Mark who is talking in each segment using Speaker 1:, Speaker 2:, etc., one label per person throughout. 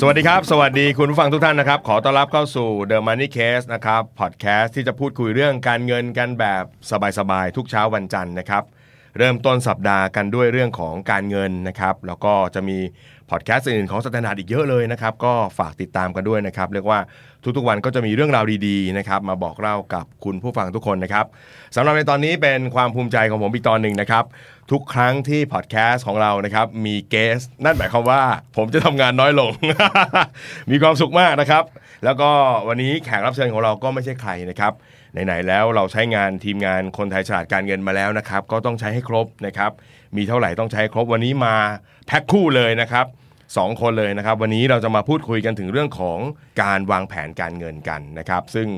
Speaker 1: สวัสดีครับ สวัสดีคุณผู้ฟังทุกท่านนะครับ ขอต้อนรับเข้าสู่ The Money Case นะครับพอดแคสต์ที่จะพูดคุยเรื่องการเงินกันแบบสบายๆ ทุกเช้าวันจันทร์นะครับ เริ่มต้นสัปดาห์กันด้วยเรื่องของการเงินนะครับ แล้วก็จะมีพอดแคสต์อื่นๆของสแตนดาร์ดอีกเยอะเลยนะครับ ก็ฝากติดตามกันด้วยนะครับ เรียกว่าทุกๆวันก็จะมีเรื่องราวดีๆนะครับมาบอกเล่ากับคุณผู้ฟังทุกคนนะครับสำหรับในตอนนี้เป็นความภูมิใจของผมอีกตอนหนึ่งนะครับ ทุกครั้งที่พอดแคสต์ของเรานะครับมีเกสต์นั่นหมายความว่าผมจะทำงานน้อยลง มีความสุขมากนะครับ แล้วก็วันนี้แขกรับเชิญของเราก็ไม่ใช่ใครนะครับไหนๆแล้วเราใช้งานทีมงานคนไทยฉลาดการเงินมาแล้วนะครับ ก็ต้องใช้ให้ครบนะครับ มีเท่าไหร่ต้องใช้ให้ครบวันนี้มาแพ็คคู่เลยนะครับ สองคนเลยนะครับ วันนี้เราจะมาพูดคุยกันถึงเรื่องของการวางแผนการเงินกันนะครับ ซึ่ง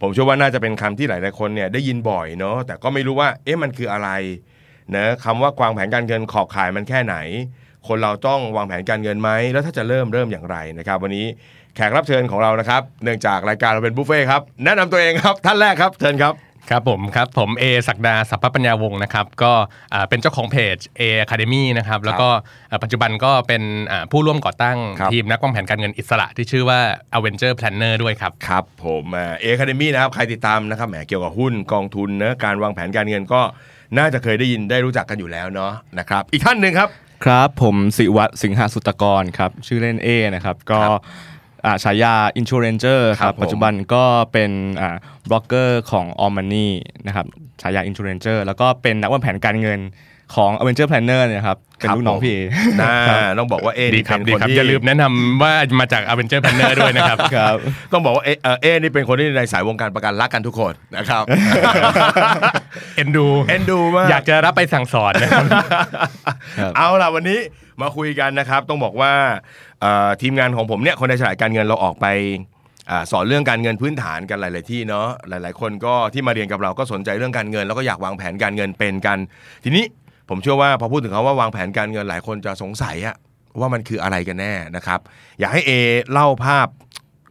Speaker 1: ผมเชื่อว่าน่าจะเป็นคำที่หลาย ๆ คนเนี่ยได้ยินบ่อยเนาะแต่ก็ไม่รู้ว่าเอ๊ะมันคืออะไรนะคำว่าวางแผนการเงินขอบข่ายมันแค่ไหน คนเราต้องวางแผนการเงินไหมแล้วถ้าจะเริ่มเริ่มอย่างไรนะครับ วันนี้แขกรับเชิญของเรานะครับเนื่องจากรายการเราเป็นบุฟเฟ่ต์ครับแนะนำตัวเองครับท่านแรกครับเชิญครับ
Speaker 2: ครับผมครับผมเอศักดาสัพพปัญญาวงศ์นะครับก็อ่าเป็นเจ้าของเพจ A Academy นะครับแล้วก็อ่าปัจจุบันก็เป็นอ่าผู้ร่วมก่อตั้ง
Speaker 1: ครับ
Speaker 2: ทีมนักวางแผนการเงินอิสระที่ชื่อว่า Avenger Planner ด้วยครับ
Speaker 1: ครับผมเอคาเดมี่า Academy นะครับ ใครติดตามนะครับแหมเกี่ยวกับหุ้นกองทุนนะการวางแผนการเงินก็น่าจะเคยได้ยินได้รู้จักกันอยู่แล้วเนาะนะครับอีกท่านหนึ่งครับ
Speaker 3: ครับผมสิวัตรสิงหสุตกรครับ ชื่อเล่นเอนะครับ ก็อ่าฉายา Insuranger ค
Speaker 1: ครั
Speaker 3: รั
Speaker 1: บบ ผม
Speaker 3: ปัจจุบันก็เป็นอ่าบล็อกเกอร์ของ All Money นะครับฉายา Insuranger แล้วก็เป็นนักวางแผนการเงินของ Avenger Planner เนยครับ เป็นลูกน้องพี่เอ
Speaker 1: นะต้องบอกว่าเอ
Speaker 2: ดี
Speaker 1: นี่
Speaker 2: ครับ
Speaker 1: เป็น
Speaker 2: ดี
Speaker 1: คน
Speaker 2: ครับ
Speaker 1: ที่
Speaker 2: อย่าลืมแนะนำว่ามาจาก Avenger Planner ด้วยนะครับ
Speaker 3: ครับ
Speaker 1: ต้องบอกว่าเอเอ่อเอนี่เป็นคนที่ในสายวงการประกันรักกันทุกคน นะครับ
Speaker 2: เอ็นดู
Speaker 1: เอ็นดูมาก
Speaker 2: อยากจะรับไปสั่งสอนนะครับ
Speaker 3: ครับ
Speaker 1: เอาล่ะวันนี้มาคุยกันนะครับ ต้องบอกว่าเอ่อทีมงานของผมเนี่ยคนในฉลาดการเงินเราออกไปอาสอนเรื่องการเงินพื้นฐานกันหลาย ๆ ที่เนาะหลาย ๆ คนก็ที่มาเรียนกับเราก็สนใจเรื่องการเงิน แล้วก็อยากวางแผนการเงินเป็นกัน ทีนี้ผมเชื่อว่าพอพูดถึงคำว่าวางแผนการเงินหลายคนจะสงสัยอะว่ามันคืออะไรกันแน่นะครับ อยากให้เอเล่าภาพ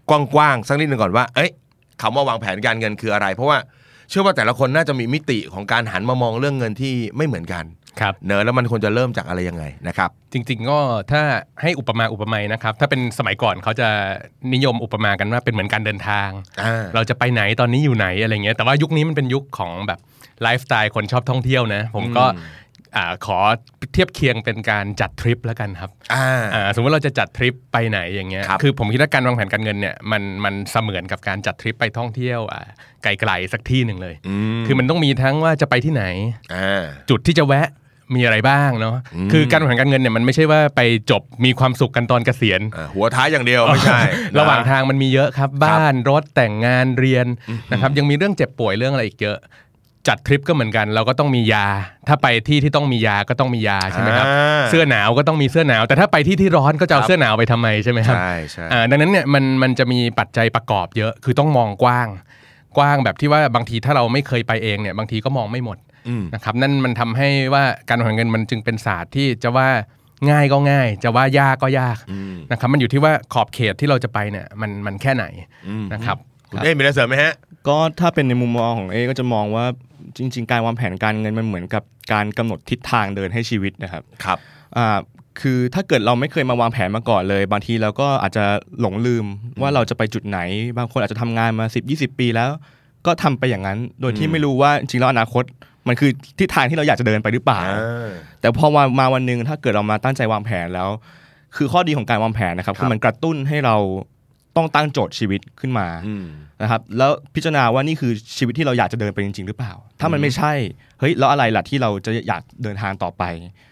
Speaker 1: กว้าง ๆ สักนิดหนึ่งก่อนว่า เอ้ยคำว่าวางแผนการเงินคืออะไร เพราะว่าเชื่อว่าแต่ละคนน่าจะมีมิติของการหันมามองเรื่องเงินที่ไม่เหมือนกัน
Speaker 2: ครับ
Speaker 1: เนอะแล้วมันควรจะเริ่มจากอะไรยังไงนะครับ
Speaker 2: จริงๆก็ถ้าให้อุปมาอุปไมยนะครับ ถ้าเป็นสมัยก่อนเขาจะนิยมอุปมากันว่าเป็นเหมือนการเดินทาง
Speaker 1: อ่า
Speaker 2: เราจะไปไหนตอนนี้อยู่ไหนอะไรเงี้ยแต่ว่ายุคนี้มันเป็นยุคของแบบไลฟ์สไตล์คนชอบท่องเที่ยวนะ ผมก็อ่าขอเทียบเคียงเป็นการจัดทริปแล้วกันครับ
Speaker 1: อ่า
Speaker 2: อ่าสมมติเราจะจัดทริปไปไหนอย่างเงี้ย
Speaker 1: ครับ
Speaker 2: อผมคิดว่าการวางแผนการเงินเนี่ยมันมันเสมือนกับการจัดทริปไปท่องเที่ยวอ่าไกลๆสักที่หนึ่งเลย คือมันต้องมีทั้งว่าจะไปที่ไหน
Speaker 1: อ่า
Speaker 2: จุดที่จะแวะมีอะไรบ้างเนาะคือการวางแผนการเงินเนี่ยมันไม่ใช่ว่าไปจบมีความสุขกันตอนเกษียณ
Speaker 1: อ่า หัวท้ายอย่างเดียวไม่ใช่
Speaker 2: ระหว่างทางมันมีเยอะครับ บ้านรถแต่งงานเรียนนะครับยังมีเรื่องเจ็บป่วยเรื่องอะไรอีกเยอะ จัดทริปก็เหมือนกัน เราก็ต้องมียา ถ้าไปที่ที่ต้องมียาก็ต้องมียาใช่ไหมครับ
Speaker 1: อ่า
Speaker 2: เสื้อหนาวก็ต้องมีเสื้อหนาว แต่ถ้าไปที่ที่ร้อนก็จะเอา
Speaker 1: ครับ
Speaker 2: เสื้อหนาวไปทำไมใช่ไหมครับ
Speaker 1: ใช่ใช่
Speaker 2: อ่าดังนั้นเนี่ยมันมันจะมีปัจจัยประกอบเยอะคือต้องมองกว้าง กว้างแบบที่ว่าบางทีถ้าเราไม่เคยไปเองเนี่ยบางทีก็มองไม่หมด
Speaker 1: อืม
Speaker 2: นะครับนั่นมันทำให้ว่าการวางแผนเงินมันจึงเป็นศาสตร์ที่จะว่าง่ายก็ง่าย จะว่ายากก็ยากนะครับมันอยู่ที่ว่าขอบเขตที่เราจะไปเนี่ยมันมันแค่ไหนนะครับ
Speaker 1: คุณเอ้มีอะไรเสริมไหมฮะ
Speaker 3: ก็ถ้าเป็นในมุมมองของเอก็จะมองว่าจริง ๆ การวางแผนการเงินมันเหมือนกับการกำหนดทิศทางเดินให้ชีวิตนะครับ
Speaker 1: ครับ
Speaker 3: อ่าคือถ้าเกิดเราไม่เคยมาวางแผนมาก่อนเลย บางทีเราก็อาจจะหลงลืมว่าเราจะไปจุดไหน บางคนอาจจะทำงานมา 10 20 ปีแล้ว ก็ทำไปอย่างนั้น โดยที่ไม่รู้ว่าจริงๆแล้วอนาคต มันคือทิศทางที่เราอยากจะเดินไปหรือเปล่า แต่พอมามาวันหนึ่งถ้าเกิดเรามาตั้งใจวางแผนแล้ว คือข้อดีของการวางแผนนะครับ
Speaker 1: ครับ
Speaker 3: คือมันกระตุ้นให้เราต้องตั้งโจทย์ชีวิตขึ้นมา นะครับแล้วพิจารณาว่านี่คือชีวิตที่เราอยากจะเดินไปจริง ๆ หรือเปล่า ถ้ามันไม่ใช่เฮ้ยแล้วอะไรล่ะที่เราจะอยากเดินทางต่อไป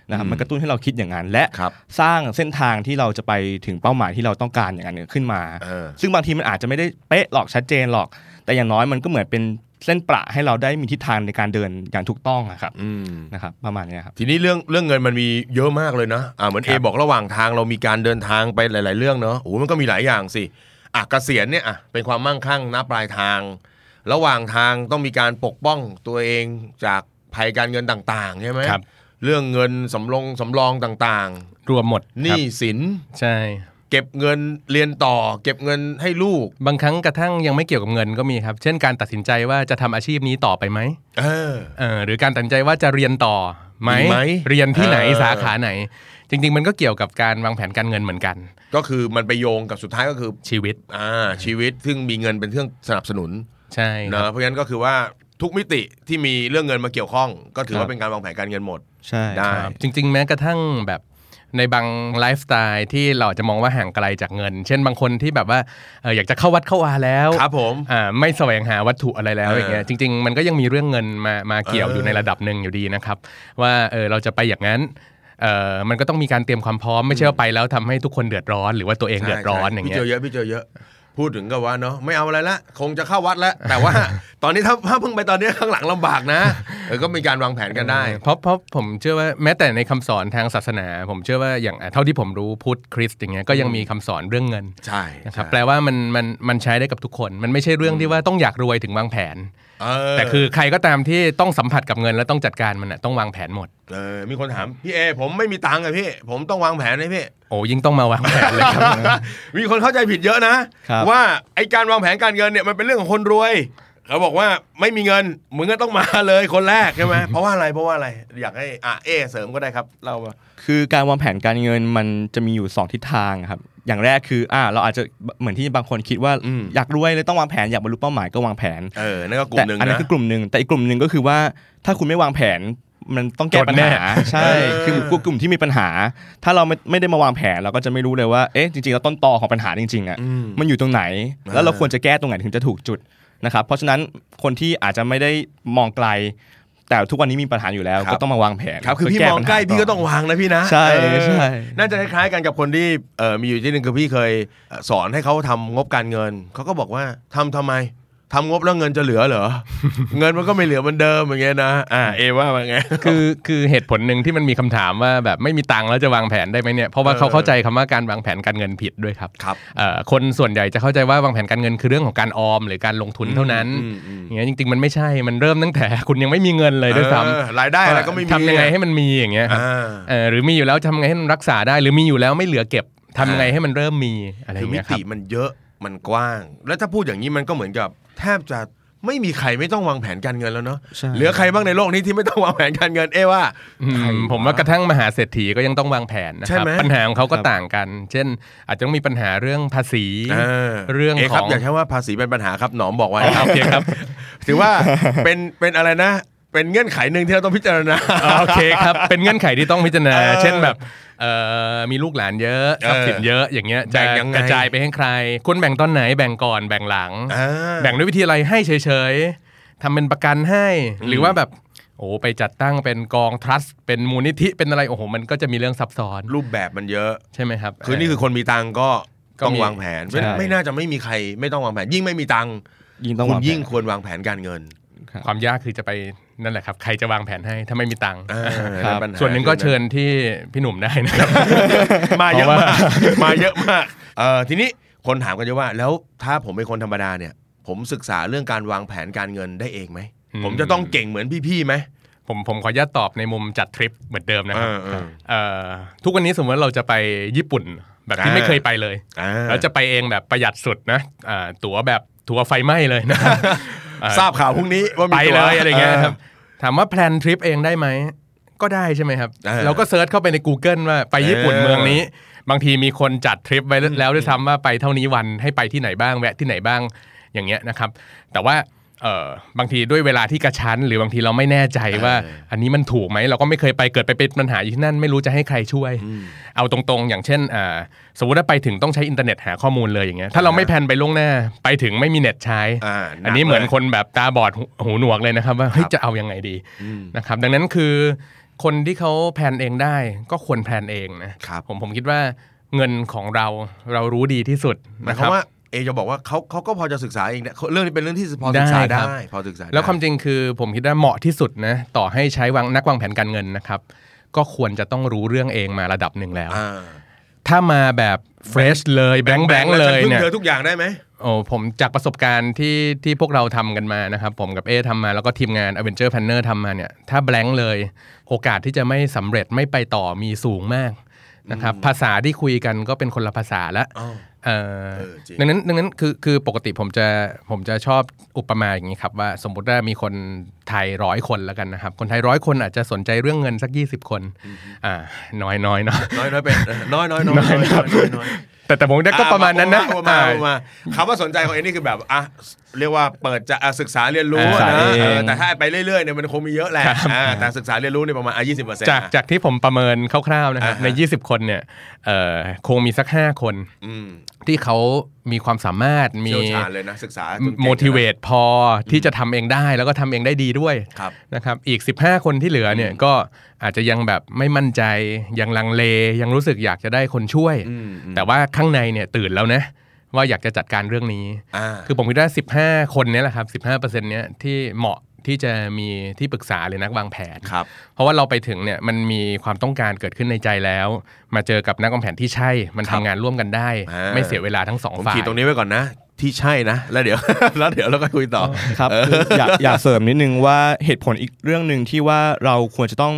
Speaker 3: นะครับมันกระตุ้นให้เราคิดอย่างนั้น และ
Speaker 1: ครับ
Speaker 3: สร้างเส้นทางที่เราจะไปถึงเป้าหมายที่เราต้องการอย่างนั้นขึ้นมา
Speaker 1: เออ
Speaker 3: ซึ่งบางทีมันอาจจะไม่ได้เป๊ะหรอกชัดเจนหรอก แต่อย่างน้อยมันก็เหมือนเป็นเส้นประให้เราได้มีทิศทางในการเดินอย่างถูกต้องนะครับ
Speaker 1: อืม
Speaker 3: นะครับประมาณเนี้ยครับ
Speaker 1: ทีนี้เรื่องเรื่องเงินมันมีเยอะมากเลยนะ อ่า เหมือนเอบอกระหว่างทางเรามีการเดินทางไปหลาย ๆ เรื่องเนาะ โอ้โหมันก็มีหลายอย่างสิ อ่ะ เกษียณเนี่ย อ่ะ เป็นความมั่งคั่งณปลายทาง ระหว่างทางต้องมีการปกป้องตัวเองจากภัยการเงินต่างๆใช่ไหม
Speaker 2: ครับ
Speaker 1: เรื่องเงินสำรองสำรองต่าง
Speaker 2: รวมหมด
Speaker 1: ๆห
Speaker 2: ครั
Speaker 1: นี้
Speaker 2: บ
Speaker 1: สิน
Speaker 2: ใช่
Speaker 1: เก็บเงินเรียนต่อ เก็บเงินให้ลูก
Speaker 2: บางครั้งกระทั่งยังไม่เกี่ยวกับเงินก็มีครับ เช่นการตัดสินใจว่าจะทำอาชีพนี้ต่อไปไหม
Speaker 1: เออ
Speaker 2: เออหรือการตัดสินใจว่าจะเรียนต่อไหม
Speaker 1: ดีไหม
Speaker 2: เรียนที่ไหน
Speaker 1: เออ
Speaker 2: สาขาไหน จริง ๆ มันก็เกี่ยวกับการวางแผนการเงินเหมือนกัน
Speaker 1: ก็คือมันไปโยงกับสุดท้ายก็คือ
Speaker 2: ชีวิต
Speaker 1: อ่าชีวิตซึ่งมีเงินเป็นเครื่องสนับสนุน
Speaker 2: ใช่ครับ
Speaker 1: นะเพราะงั้นก็คือว่าทุกมิติที่มีเรื่องเงินมาเกี่ยวข้อง ก็ถือ
Speaker 3: ครั
Speaker 1: ว่า
Speaker 3: บ
Speaker 1: เป็นการวางแผนการเงินหมด
Speaker 3: ใช่
Speaker 1: ได้
Speaker 3: ครับ
Speaker 2: จริงๆ แม้กระทั่งแบบในบางไลฟ์สไตล์ที่เราอาจจะมองว่าห่างไกลจากเงิน เช่นบางคนที่แบบว่าเอ่ออยากจะเข้าวัดเข้าวาแล้ว
Speaker 1: ครับผม
Speaker 2: อ่าไม่แสวงหาวัตถุอะไรแล้ว
Speaker 1: เออ
Speaker 2: อ
Speaker 1: อย่าง
Speaker 2: เงี้ยจริง ๆ มันก็ยังมีเรื่องเงินมามาเกี่ยว
Speaker 1: เออ
Speaker 2: อ
Speaker 1: อ
Speaker 2: ยู่ในระดับหนึ่งอยู่ดีนะครับ ว่าเออเราจะไปอย่างนั้นเออมันก็ต้องมีการเตรียมความพร้อมไม่ใช่ว่าไปแล้วทำให้ทุกคนเดือดร้อน หรือว่าตัวเองเดือดร้อน
Speaker 1: ใช่
Speaker 2: อย่าง
Speaker 1: พี่
Speaker 2: เงี้
Speaker 1: เจ
Speaker 2: ย
Speaker 1: อเยอะพี่เจอเยอะ พูดถึงก็ว่าเนาะไม่เอาอะไรละคงจะเข้าวัดแล้ว แต่ว่า ตอนนี้ถ้าถ้าเพิ่งไปตอนนี้ข้างหลังลำบากนะเออก็มีการวางแผนกันได้
Speaker 2: เพราะเพราะผมเชื่อว่าแม้แต่ในคำสอนทางศาสนา ผมเชื่อว่าอย่างเท่าที่ผมรู้พุทธคริสต์อย่างเงี้ยก็ยังมีคำสอนเรื่องเงิน
Speaker 1: ใช่
Speaker 2: นะครับ
Speaker 1: ใช่
Speaker 2: แปลว่ามันมันมันใช้ได้กับทุกคน มันไม่ใช่เรื่องที่ว่าต้องอยากรวยถึงวางแผน
Speaker 1: เ
Speaker 2: แต่คือใครก็ตามที่ต้องสัมผัสกับเงินและต้องจัดการมันน่ะต้องวางแผนหมด
Speaker 1: เออมีคนถามพี่เอ ผมไม่มีตังค์อะพี่ ผมต้องวางแผนให้พี่
Speaker 2: โอ้ยิ่งต้องมาวางแผน เลยครับ
Speaker 1: มีคนเข้าใจผิดเยอะนะ
Speaker 3: ครับ
Speaker 1: ว่าไอการวางแผนการเงินเนี่ยมันเป็นเรื่องของคนรวย เขาบอกว่าไม่มีเงินมึงก็ต้องมาเลยคนแรกใช่ไหม เพราะว่าอะไรเพราะว่าอะไรอยากให้อ่ะเอเสริมก็ได้ครับเรามา
Speaker 3: คือการวางแผนการเงินมันจะมีอยู่ 2 ทิศทางครับ อย่างแรกคืออ่าเราอาจจะเหมือนที่บางคนคิดว่า
Speaker 1: อืม
Speaker 3: อยากรวยเลยต้องวางแผนอยากบรรลุเป้าหมายก็วางแผน
Speaker 1: เออนั่นก็กลุ่
Speaker 3: แต่
Speaker 1: มหนึ่ง
Speaker 3: อันนั้น
Speaker 1: นะ
Speaker 3: คือกลุ่มหนึ่งแต่อีกกลุ่มหนึ่งก็คือว่าถ้าคุณไม่วางแผนมันต้องแก้
Speaker 2: จน
Speaker 3: ปัญ
Speaker 2: แน่
Speaker 3: หาใช่
Speaker 1: เออ
Speaker 3: คือกลุ่มที่มีปัญหา ถ้าเราไม่ไม่ได้มาวางแผนเราก็จะไม่รู้เลยว่าเอ๊ะจริงๆเราต้นตอของปัญหาจริงๆอ่ะ
Speaker 1: อืม
Speaker 3: มันอยู่ตรงไหน
Speaker 1: อ่า
Speaker 3: แล้วเราควรจะแก้ตรงไหนถึงจะถูกจุดนะครับ เพราะฉะนั้นคนที่อาจจะไม่ได้มองไกล แต่ทุกวันนี้มีปัญหาอยู่แล้ว ก็ต้องมาวางแผน
Speaker 1: ครับคือพี่
Speaker 3: เพื่
Speaker 1: มอง
Speaker 3: ปัญหา
Speaker 1: ใกล้พี่ก็ต้องวางนะพี่นะ
Speaker 3: ใช่
Speaker 1: เออ
Speaker 3: ใช่
Speaker 1: น่าจะคล้ายๆกันกับคนที่เออมีอยู่ที่หนึ่งคือพี่เคยเอ่อสอนให้เขาทำงบการเงินเขาก็บอกว่าทำทำไมทำงบแล้วเงินจะเหลือเห รอ เงินมันก็ไม่เหลือเหมือนเดิมอย่างเงี้ยนะอ่าเอว่าว่าไง
Speaker 2: คือคือเหตุผลหนึ่งที่มันมีคำถามว่าแบบไม่มีตังค์แล้วจะวางแผนได้ไหมเนี่ยเพราะว่า
Speaker 1: เออ
Speaker 2: เขาเข้าใจคำว่าการวางแผนการเงินผิดด้วยครับ
Speaker 1: ครับ
Speaker 2: เอ่อคนส่วนใหญ่จะเข้าใจว่าวางแผนการเงินคือเรื่องของการออม หรือการลงทุนเท่านั้น
Speaker 1: อืมอืม
Speaker 2: อย่างเงี้ยจริง ๆ มันไม่ใช่มันเริ่มตั้งแต่ คุณยังไม่มีเงินเลยด้วยซ้
Speaker 1: เออราย
Speaker 2: ำ
Speaker 1: ได้อะไรก็ไม่มี
Speaker 2: ทำยังไงให้มันมีอย่างเงี้ยครับ
Speaker 1: อ่า
Speaker 2: เอ่อหรือมีอยู่แล้วทำไงให้มันรักษาได้ หรือมีอยู่แล้วไม่เหลือเก็บทำไงให้มันเริ่มมีอะไรอ
Speaker 1: คือ
Speaker 2: ย่าง
Speaker 1: มิ
Speaker 2: เงี้ยครั
Speaker 1: ติ
Speaker 2: บ
Speaker 1: มันเยอะมันกว้าง แล้วถ้าพูดอย่างนี้มันก็เหมือนกับ แทบจะไม่มีใครไม่ต้องวางแผนการเงินแล้วเนาะ
Speaker 3: ใช่
Speaker 1: เหลือใครบ้างในโลกนี้ที่ไม่ต้องวางแผนการเงิน เอะว่า
Speaker 2: อืมผมว่ากระทั่งมหาเศรษฐีก็ยังต้องวางแผนนะค
Speaker 1: ใช่
Speaker 2: รับ
Speaker 1: ไหม
Speaker 2: ปัญหาของเขาก็
Speaker 3: ครับ
Speaker 2: ต่างกัน เช่น อาจจะต้องมีปัญหาเรื่องภาษี เรื่อง
Speaker 1: เอะครับ
Speaker 2: ของ
Speaker 1: อย่าใช้ว่าภาษีเป็นปัญหาครับหนอมบอกไว้
Speaker 2: อ๋
Speaker 1: ครับ
Speaker 2: อโอเค ครับ
Speaker 1: ถือว่าเป็นเป็นอะไรนะ เป็นเงื่อนไขหนึ่งที่เราต้องพิจารณา
Speaker 2: อ๋อโอเคครับ เป็นเงื่อนไขที่ต้องพิจารณา
Speaker 1: เออ
Speaker 2: เช่นแบบเอ่อมีลูกหลานเยอะทรัพย์สินเยอะอย่างเงี้ยจะ
Speaker 1: แบ่งยังไง
Speaker 2: กระจายไปให้ใครควรแบ่งตอนไหนแบ่งก่อนแบ่งหลัง
Speaker 1: อ่า
Speaker 2: แบ่งด้วยวิธีอะไรให้เฉยๆ ทำเป็นประกันให้ หรือว่าแบบ โอ้ไปจัดตั้งเป็นกองทรัสต์เป็นมูลนิธิเป็นอะไร โอ้โห มันก็จะมีเรื่องซับซ้อน
Speaker 1: รูปแบบมันเยอะ
Speaker 2: ใช่ไหมครับ
Speaker 1: คือนี่คือคนมีตังค์ก็
Speaker 2: ก็
Speaker 1: ต้อง
Speaker 2: มี
Speaker 1: วางแผน
Speaker 3: ใช่
Speaker 1: ไม่น่าจะไม่มีใครไม่ต้องวางแผน ยิ่งไม่มีตังค์
Speaker 3: ยิ่งต้อง
Speaker 1: คุ
Speaker 3: วา
Speaker 1: ณ
Speaker 3: งแผน
Speaker 1: ยิ่งควรวางแผนการเงิน
Speaker 2: ความยากคือจะไปนั่นแหละครับ ใครจะวางแผนให้ถ้าไม่มีตังค์
Speaker 1: เออ
Speaker 3: ครับ
Speaker 1: ปัญา
Speaker 2: ส่วนหนึ่งก็เชิญที่พี่หนุ่มได้นะครับ
Speaker 1: มาเยอะ
Speaker 2: เพราะ
Speaker 1: มา
Speaker 2: ว่า
Speaker 1: ก มาเยอะมากเออทีนี้คนถามกันเยอะว่า แล้วถ้าผมเป็นคนธรรมดาเนี่ย ผมศึกษาเรื่องการวางแผนการเงินได้เองไหมผมจะต้องเก่งเหมือนพี่ๆไหม
Speaker 2: ผมผมขออนุญาตตอบในมุมจัดทริปเหมือนเดิมนะ
Speaker 1: เอ
Speaker 2: ครับ
Speaker 1: อเออ
Speaker 2: เอ่อทุกวันนี้สมมติว่าเราจะไปญี่ปุ่นแบบที่
Speaker 1: อ่า
Speaker 2: ไม่เคยไปเลย
Speaker 1: อ่า
Speaker 2: แล้วจะไปเองแบบประหยัดสุดนะอ่าตั๋วแบบตั๋วไฟไหม้เลยนะ อ่า
Speaker 1: ทราบข่าวพรุ่งนี้ว่ามี
Speaker 2: ไปเลย
Speaker 1: ตัว
Speaker 2: อะไรเงี้ยครับถามว่าแพลนทริปเองได้ไหม ก็ได้ใช่ไหมครับ
Speaker 1: อ่า
Speaker 2: เราก็เซิร์ชเข้าไปใน Google ว่าไปญี่ปุ่น
Speaker 1: เออ
Speaker 2: เมืองนี้ บางทีมีคนจัดทริปไว้แล้วด้วยซ้ำว่าไปเท่านี้วันให้ไปที่ไหนบ้างแวะที่ไหนบ้างอย่างเงี้ยนะครับ แต่ว่าเออบางทีด้วยเวลาที่กระชั้น หรือบางทีเราไม่แน่ใจว่า อันนี้มันถูกไหมเราก็ไม่เคยไปเกิดไปเป็นปัญหาอยู่ที่นั่นไม่รู้จะให้ใครช่วย เอาตรงๆ อย่างเช่นอ่าสมมติว่าไปถึงต้องใช้อินเทอร์เน็ตหาข้อมูลเลยอย่างเงี้ยถ้าเราไม่แพลนไปล่วงหน้าไปถึงไม่มีเน็ตใช้
Speaker 1: อ่าหนัก
Speaker 2: อันนี้เหมือน
Speaker 1: เลย
Speaker 2: คนแบบตาบอดหูหูหนวกเลยนะครับ ว่าเฮ้ยจะเอายังไงดีนะครับ ดังนั้นคือคนที่เขาแพลนเองได้ก็ควรแพลนเองนะครับ ผมผมคิดว่าเงินของเราเรารู้ดีที่สุด
Speaker 1: หมาย
Speaker 2: นะค
Speaker 1: คา
Speaker 2: วรั
Speaker 1: ม
Speaker 2: บ
Speaker 1: ว่าเอจะบอกว่าเขาเขาก็พอจะศึกษาเองเนี่ยเรื่องนี้เป็นเรื่องที่พอศึกษา
Speaker 2: ได้ครั
Speaker 1: ได้
Speaker 2: บ
Speaker 1: พอศึกษาได้
Speaker 2: แล้วความจริงคือผมคิดว่าเหมาะที่สุดนะต่อให้ใช้วางนักวางแผนการเงินนะครับ ก็ควรจะต้องรู้เรื่องเองมาระดับหนึ่งแล้ว ถ้ามาแบบเฟรชเลยแบงค์แบงค์เลย
Speaker 1: แวฉั
Speaker 2: เนี่ย
Speaker 1: พิ่งเจอทุกอย่างได้ไหม
Speaker 2: โอ้ผมจากประสบการณ์ที่ที่พวกเราทำกันมานะครับ ผมกับเอทำมาแล้วก็ทีมงาน a v e n g e r Planner ทำมาเนี่ย ถ้าแบ a n k เลย โอกาสที่จะไม่สำเร็จไม่ไปต่อมีสูงมากนะครับ ภาษาที่คุยกันก็เป็นคนละภาษาละ
Speaker 1: อ้าว
Speaker 2: เอ่อ
Speaker 1: เออจริง
Speaker 2: ดังนั้นดังนั้นคือคือปกติผมจะผมจะชอบอุปมาอย่างนี้ครับ ว่าสมมติว่ามีคนไทยร้อยคนแล้วกันนะครับ คนไทยร้อยคนอาจจะสนใจเรื่องเงินสัก 20 คนอ่าน้อยน้อยเนาะ
Speaker 1: น้อยน้อยเป็นน้อยน้อยน้อย
Speaker 2: น้อยครับ
Speaker 1: น้อยน้อย
Speaker 2: แต่แต่ผมได้ก็ประมาณนั้นนะ
Speaker 1: อ่ประมาณ
Speaker 2: อ่า
Speaker 1: ประมาณคำว่าสนใจของเอ็นนี่คือแบบอ่ะเรียกว่าเปิดจะอ่ะศึกษาเรียนรู้
Speaker 2: ศึกษา
Speaker 1: นะ
Speaker 3: เอง
Speaker 1: เออแต่ถ้าไปเรื่อยๆเนี่ยมันคงมีเยอะแหละอ่าแต่ศึกษาเรียนรู้เนี่ยประมาณอ่ะยี่สิบเปอร์เซ็นต์
Speaker 2: จากจากที่ผมประเมินคร่าวๆนะครับ
Speaker 1: อ่าฮะ
Speaker 2: ใน 20 คนเนี่ยเอ่อคงมีสัก 5 คน
Speaker 1: อืม
Speaker 2: ที่เขามีความสามารถมี
Speaker 1: เชี่ยวชาญเลยนะศึกษาจนเก่งเลยนะ
Speaker 2: motivate พอที่จะทำเองได้แล้วก็ทำเองได้ดีด้วย
Speaker 1: ครับ
Speaker 2: นะครับอีก 15 คนที่เหลือเนี่ยก็อาจจะยังแบบไม่มั่นใจยังลังเลยังรู้สึกอยากจะได้คนช่วย
Speaker 1: อืมอืม
Speaker 2: แต่ว่าข้างในเนี่ยตื่นแล้วนะว่าอยากจะจัดการเรื่องนี้
Speaker 1: อ่า
Speaker 2: คือผมคิดว่า 15 คนเนี้แหละครับ 15%เนี้ยที่เหมาะที่จะมีที่ปรึกษาหรือนักวางแผน
Speaker 1: ครับ
Speaker 2: เพราะว่าเราไปถึงเนี่ยมันมีความต้องการเกิดขึ้นในใจแล้ว มาเจอกับนักวางแผนที่ใช่ มันทำงานร่วมกันได้
Speaker 1: อ่า
Speaker 2: ไม่เสียเวลาทั้งสอง
Speaker 1: ผม
Speaker 2: ฝ่าย
Speaker 1: ขีดตรงนี้ไว้ก่อนนะ ที่ใช่นะ แล้วเดี๋ยว แล้วเดี๋ยวเราก็คุยต่อ
Speaker 3: ครับคืออยากอยากเสริมนิดนึงว่าเหตุผลอีกเรื่องหนึ่งที่ว่าเราควรจะต้อง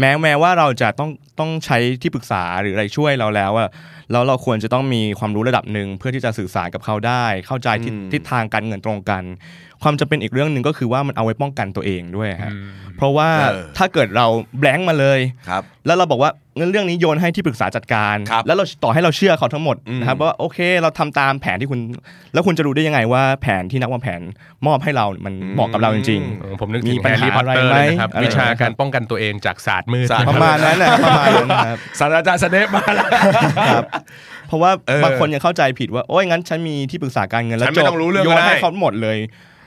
Speaker 3: แม้แม้ว่าเราจะต้องต้องใช้ที่ปรึกษาหรืออะไรช่วยเราแล้วอะแล้วเราควรจะต้องมีความรู้ระดับหนึ่งเพื่อที่จะสื่อสารกับเขาได้ เข้าใจทิศ
Speaker 1: อืม
Speaker 3: ทิศทางการเงินตรงกัน ความจำเป็นอีกเรื่องหนึ่งก็คือว่ามันเอาไว้ป้องกันตัวเองด้วยฮะเพราะว่าถ้าเกิดเราแบงค์มาเลย
Speaker 1: ครับ
Speaker 3: แล้วเราบอกว่าเงินเรื่องนี้โยนให้ที่ปรึกษาจัดการ
Speaker 1: ครับ
Speaker 3: แล้วเราต่อให้เราเชื่อเขาทั้งหมด
Speaker 1: อืม
Speaker 3: นะครับว่าโอเคเราทำตามแผนที่คุณ แล้วคุณจะรู้ได้ยังไงว่าแผนที่นักวางแผนมอบให้เรามันเหมาะกับเราจริง
Speaker 2: เออผมนึกถึ
Speaker 3: มี
Speaker 2: ง
Speaker 3: ปั
Speaker 2: แฮ
Speaker 3: ญหา
Speaker 2: ร์รี่พอตเตอร์
Speaker 3: อะไรไหม
Speaker 2: เลยนะครับ
Speaker 3: อะไร
Speaker 2: วิชาการป้องกันตัวเองจากศาสตร์มืด
Speaker 1: ศาสต
Speaker 3: ๆ ประมาณนั้นแหละ ประมาณนั้นนะครับ
Speaker 1: ศาสตราจารย์เสเนปมาแล้ว
Speaker 3: ครับเพราะว่า
Speaker 1: เออบ
Speaker 3: างคนยังเข้าใจผิดว่าโอ้ยงั้นฉันมีที่ปรึกษาการเงินแล้ว
Speaker 1: ฉันไม่
Speaker 3: จบ
Speaker 1: ต้องรู้เรื่อง
Speaker 3: โย
Speaker 1: ก็
Speaker 3: น
Speaker 1: ได้
Speaker 3: ให้เขาหมดเลย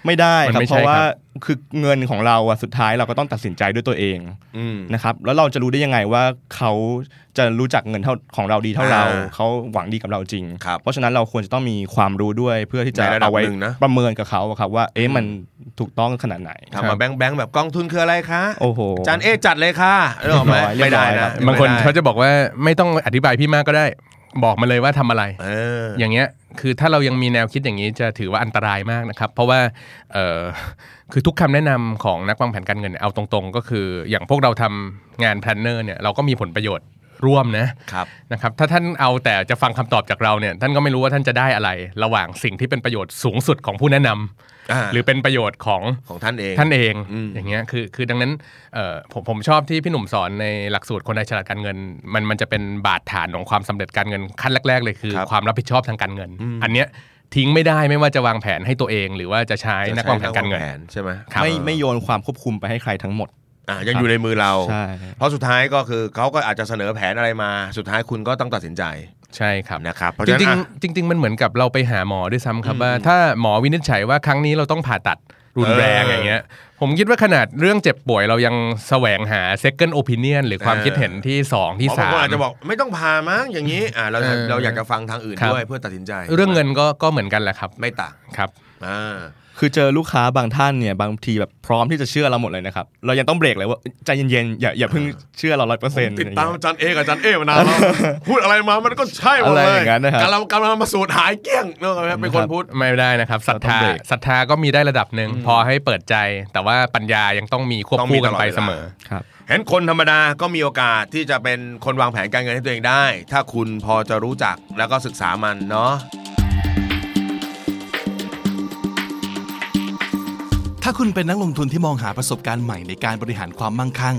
Speaker 3: ไม่ได้
Speaker 2: มัน
Speaker 3: ครับ
Speaker 2: ไม่
Speaker 3: เพ
Speaker 2: ใช่
Speaker 3: ราะ
Speaker 2: ค
Speaker 3: ว่า
Speaker 2: รับ
Speaker 3: คือเงินของเราอะสุดท้ายเราก็ต้องตัดสินใจด้วยตัวเอง
Speaker 1: อืม
Speaker 3: นะครับแล้วเราจะรู้ได้ยังไงว่าเขาจะรู้จักเงินเท่าของเราดีเท่าเรา
Speaker 1: อ่า
Speaker 3: เขาหวังดีกับเราจริง
Speaker 1: ครับ
Speaker 3: เพราะฉะนั้นเราควรจะต้องมีความรู้ด้วยเพื่อที่จะ
Speaker 1: ในระดับ
Speaker 3: เอาไว้
Speaker 1: หนึ่งนะ
Speaker 3: ประเมินกับเขาอะครับว่าเอ๊ะมันถูกต้องขนาดไหน
Speaker 1: ทำมาแบงค์แบงค์แบบกองทุนคืออะไรคะ
Speaker 3: โอ้โห
Speaker 1: จานเอจัดเลยค่ะเรื่องไหม
Speaker 3: เรียบร้อย
Speaker 1: ไม่ได้
Speaker 3: ครั
Speaker 1: นะ
Speaker 3: บ
Speaker 2: บางคน
Speaker 1: ไม่ได้
Speaker 2: เขาจะบอกว่าไม่ต้องอธิบายพี่มากก็ได้ บอกมาเลยว่าทำอะไร
Speaker 1: เออ
Speaker 2: อย่างเงี้ยคือถ้าเรายังมีแนวคิดอย่างนี้จะถือว่าอันตรายมากนะครับ เพราะว่าเออคือทุกคำแนะนำของนักวางแผนการเงินเนี่ยเอาตรงๆ ก็คืออย่างพวกเราทำงานแพลนเนอร์เนี่ยเราก็มีผลประโยชน์ร่วมนะ
Speaker 1: ครับ
Speaker 2: นะครับถ้าท่านเอาแต่จะฟังคำตอบจากเราเนี่ยท่านก็ไม่รู้ว่าท่านจะได้อะไร ระหว่างสิ่งที่เป็นประโยชน์สูงสุดของผู้แนะนำ
Speaker 1: อ่า
Speaker 2: หรือเป็นประโยชน์ของ
Speaker 1: ของท่านเอง
Speaker 2: ท่านเอง
Speaker 1: อืม
Speaker 2: อย่างเงี้ยคือคือดังนั้นเอ่อผมผมชอบที่พี่หนุ่มสอนในหลักสูตรคนในฉลาดการเงิน มันมันจะเป็นบาดฐานของความสำเร็จการเงินขั้นแรก ๆ เลยคือ ความรับผิดชอบทางการเงิน อันเนี้ยทิ้งไม่ได้ไม่ว่าจะวางแผนให้ตัวเอง หรือว่าจะใช้นักวางแผนการเงิน
Speaker 1: จะใช้วแผใช่ไหม
Speaker 2: ครับ
Speaker 3: ไม่ไม่โยนความควบคุมไปให้ใครทั้งหมด
Speaker 1: อ่ะยังอยู่ในมือเรา
Speaker 3: ใช่
Speaker 1: เพราะสุดท้ายก็คือเขาก็อาจจะเสนอแผนอะไรมาสุดท้ายคุณก็ต้องตัดสินใจ
Speaker 2: ใช่ครับ
Speaker 1: นะครับเพราะ
Speaker 2: จ
Speaker 1: ฉะนั้น
Speaker 2: ริง
Speaker 1: อ่ะ
Speaker 2: ๆจริง ๆ มันเหมือนกับเราไปหาหมอด้วยซ้ำครับว่า ถ้าหมอวินิจฉัยว่าครั้งนี้เราต้องผ่าตัดรุนแรง
Speaker 1: เอออ
Speaker 2: อย่างเงี้ย ผมคิดว่าขนาดเรื่องเจ็บป่วยเรายังแสวงหา second opinion หรือความ
Speaker 1: เออ
Speaker 2: คิดเห็นที่ 2 ที่
Speaker 1: หมอบางคนอาจจะบ
Speaker 2: 3
Speaker 1: อกไม่ต้องพามั้งอย่างนี้อ่ะเราจะ
Speaker 2: เออ
Speaker 1: เราอยากจะฟังทางอื่น
Speaker 2: ครับ
Speaker 1: ด้วยเพื่อตัดสินใจ
Speaker 2: เรื่องเงินก็ก็เหมือนกันแหละครับ
Speaker 1: ไม่ต่าง
Speaker 2: ครับ
Speaker 1: อ่า
Speaker 3: คือเจอลูกค้าบางท่านเนี่ยบางทีแบบพร้อมที่จะเชื่อเราหมดเลยนะครับ เรายังต้องเบรกเลยว่าใจเย็นๆอย่าอย่าเพิ่งเชื่อเราร้อยเปอร์เซ็นต์
Speaker 1: ติดตามอาจันเอกบอาจันเอมานานแล้ว พูดอะไรมามันก็ใช่หมดเล
Speaker 3: อะ
Speaker 1: ย
Speaker 3: ไรอย่างนั้นนะครับ
Speaker 1: กำลังกำลังมาสูตรหายเกลี้ยงเนอะครับเป็นคนพูด
Speaker 2: ไม่ได้นะครับศรัทธา
Speaker 3: เราต้องเบรก
Speaker 2: ศรัทธาก็มีได้ระดับหนึ่งพอให้เปิดใจ แต่ว่าปัญญายังต้องมีควบ
Speaker 1: ต้องมี
Speaker 2: คู่กันไป
Speaker 1: ตลอดเวลา
Speaker 2: เสมอ
Speaker 3: ครับ
Speaker 1: เห็นคนธรรมดาก็มีโอกาสที่จะเป็นคนวางแผนการเงินให้ตัวเองได้ ถ้าคุณพอจะรู้จักแล้วก็ศึกษามันเนาะ
Speaker 4: ถ้าคุณเป็นนักลงทุนที่มองหาประสบการณ์ใหม่ในการบริหารความมั่งคั่ง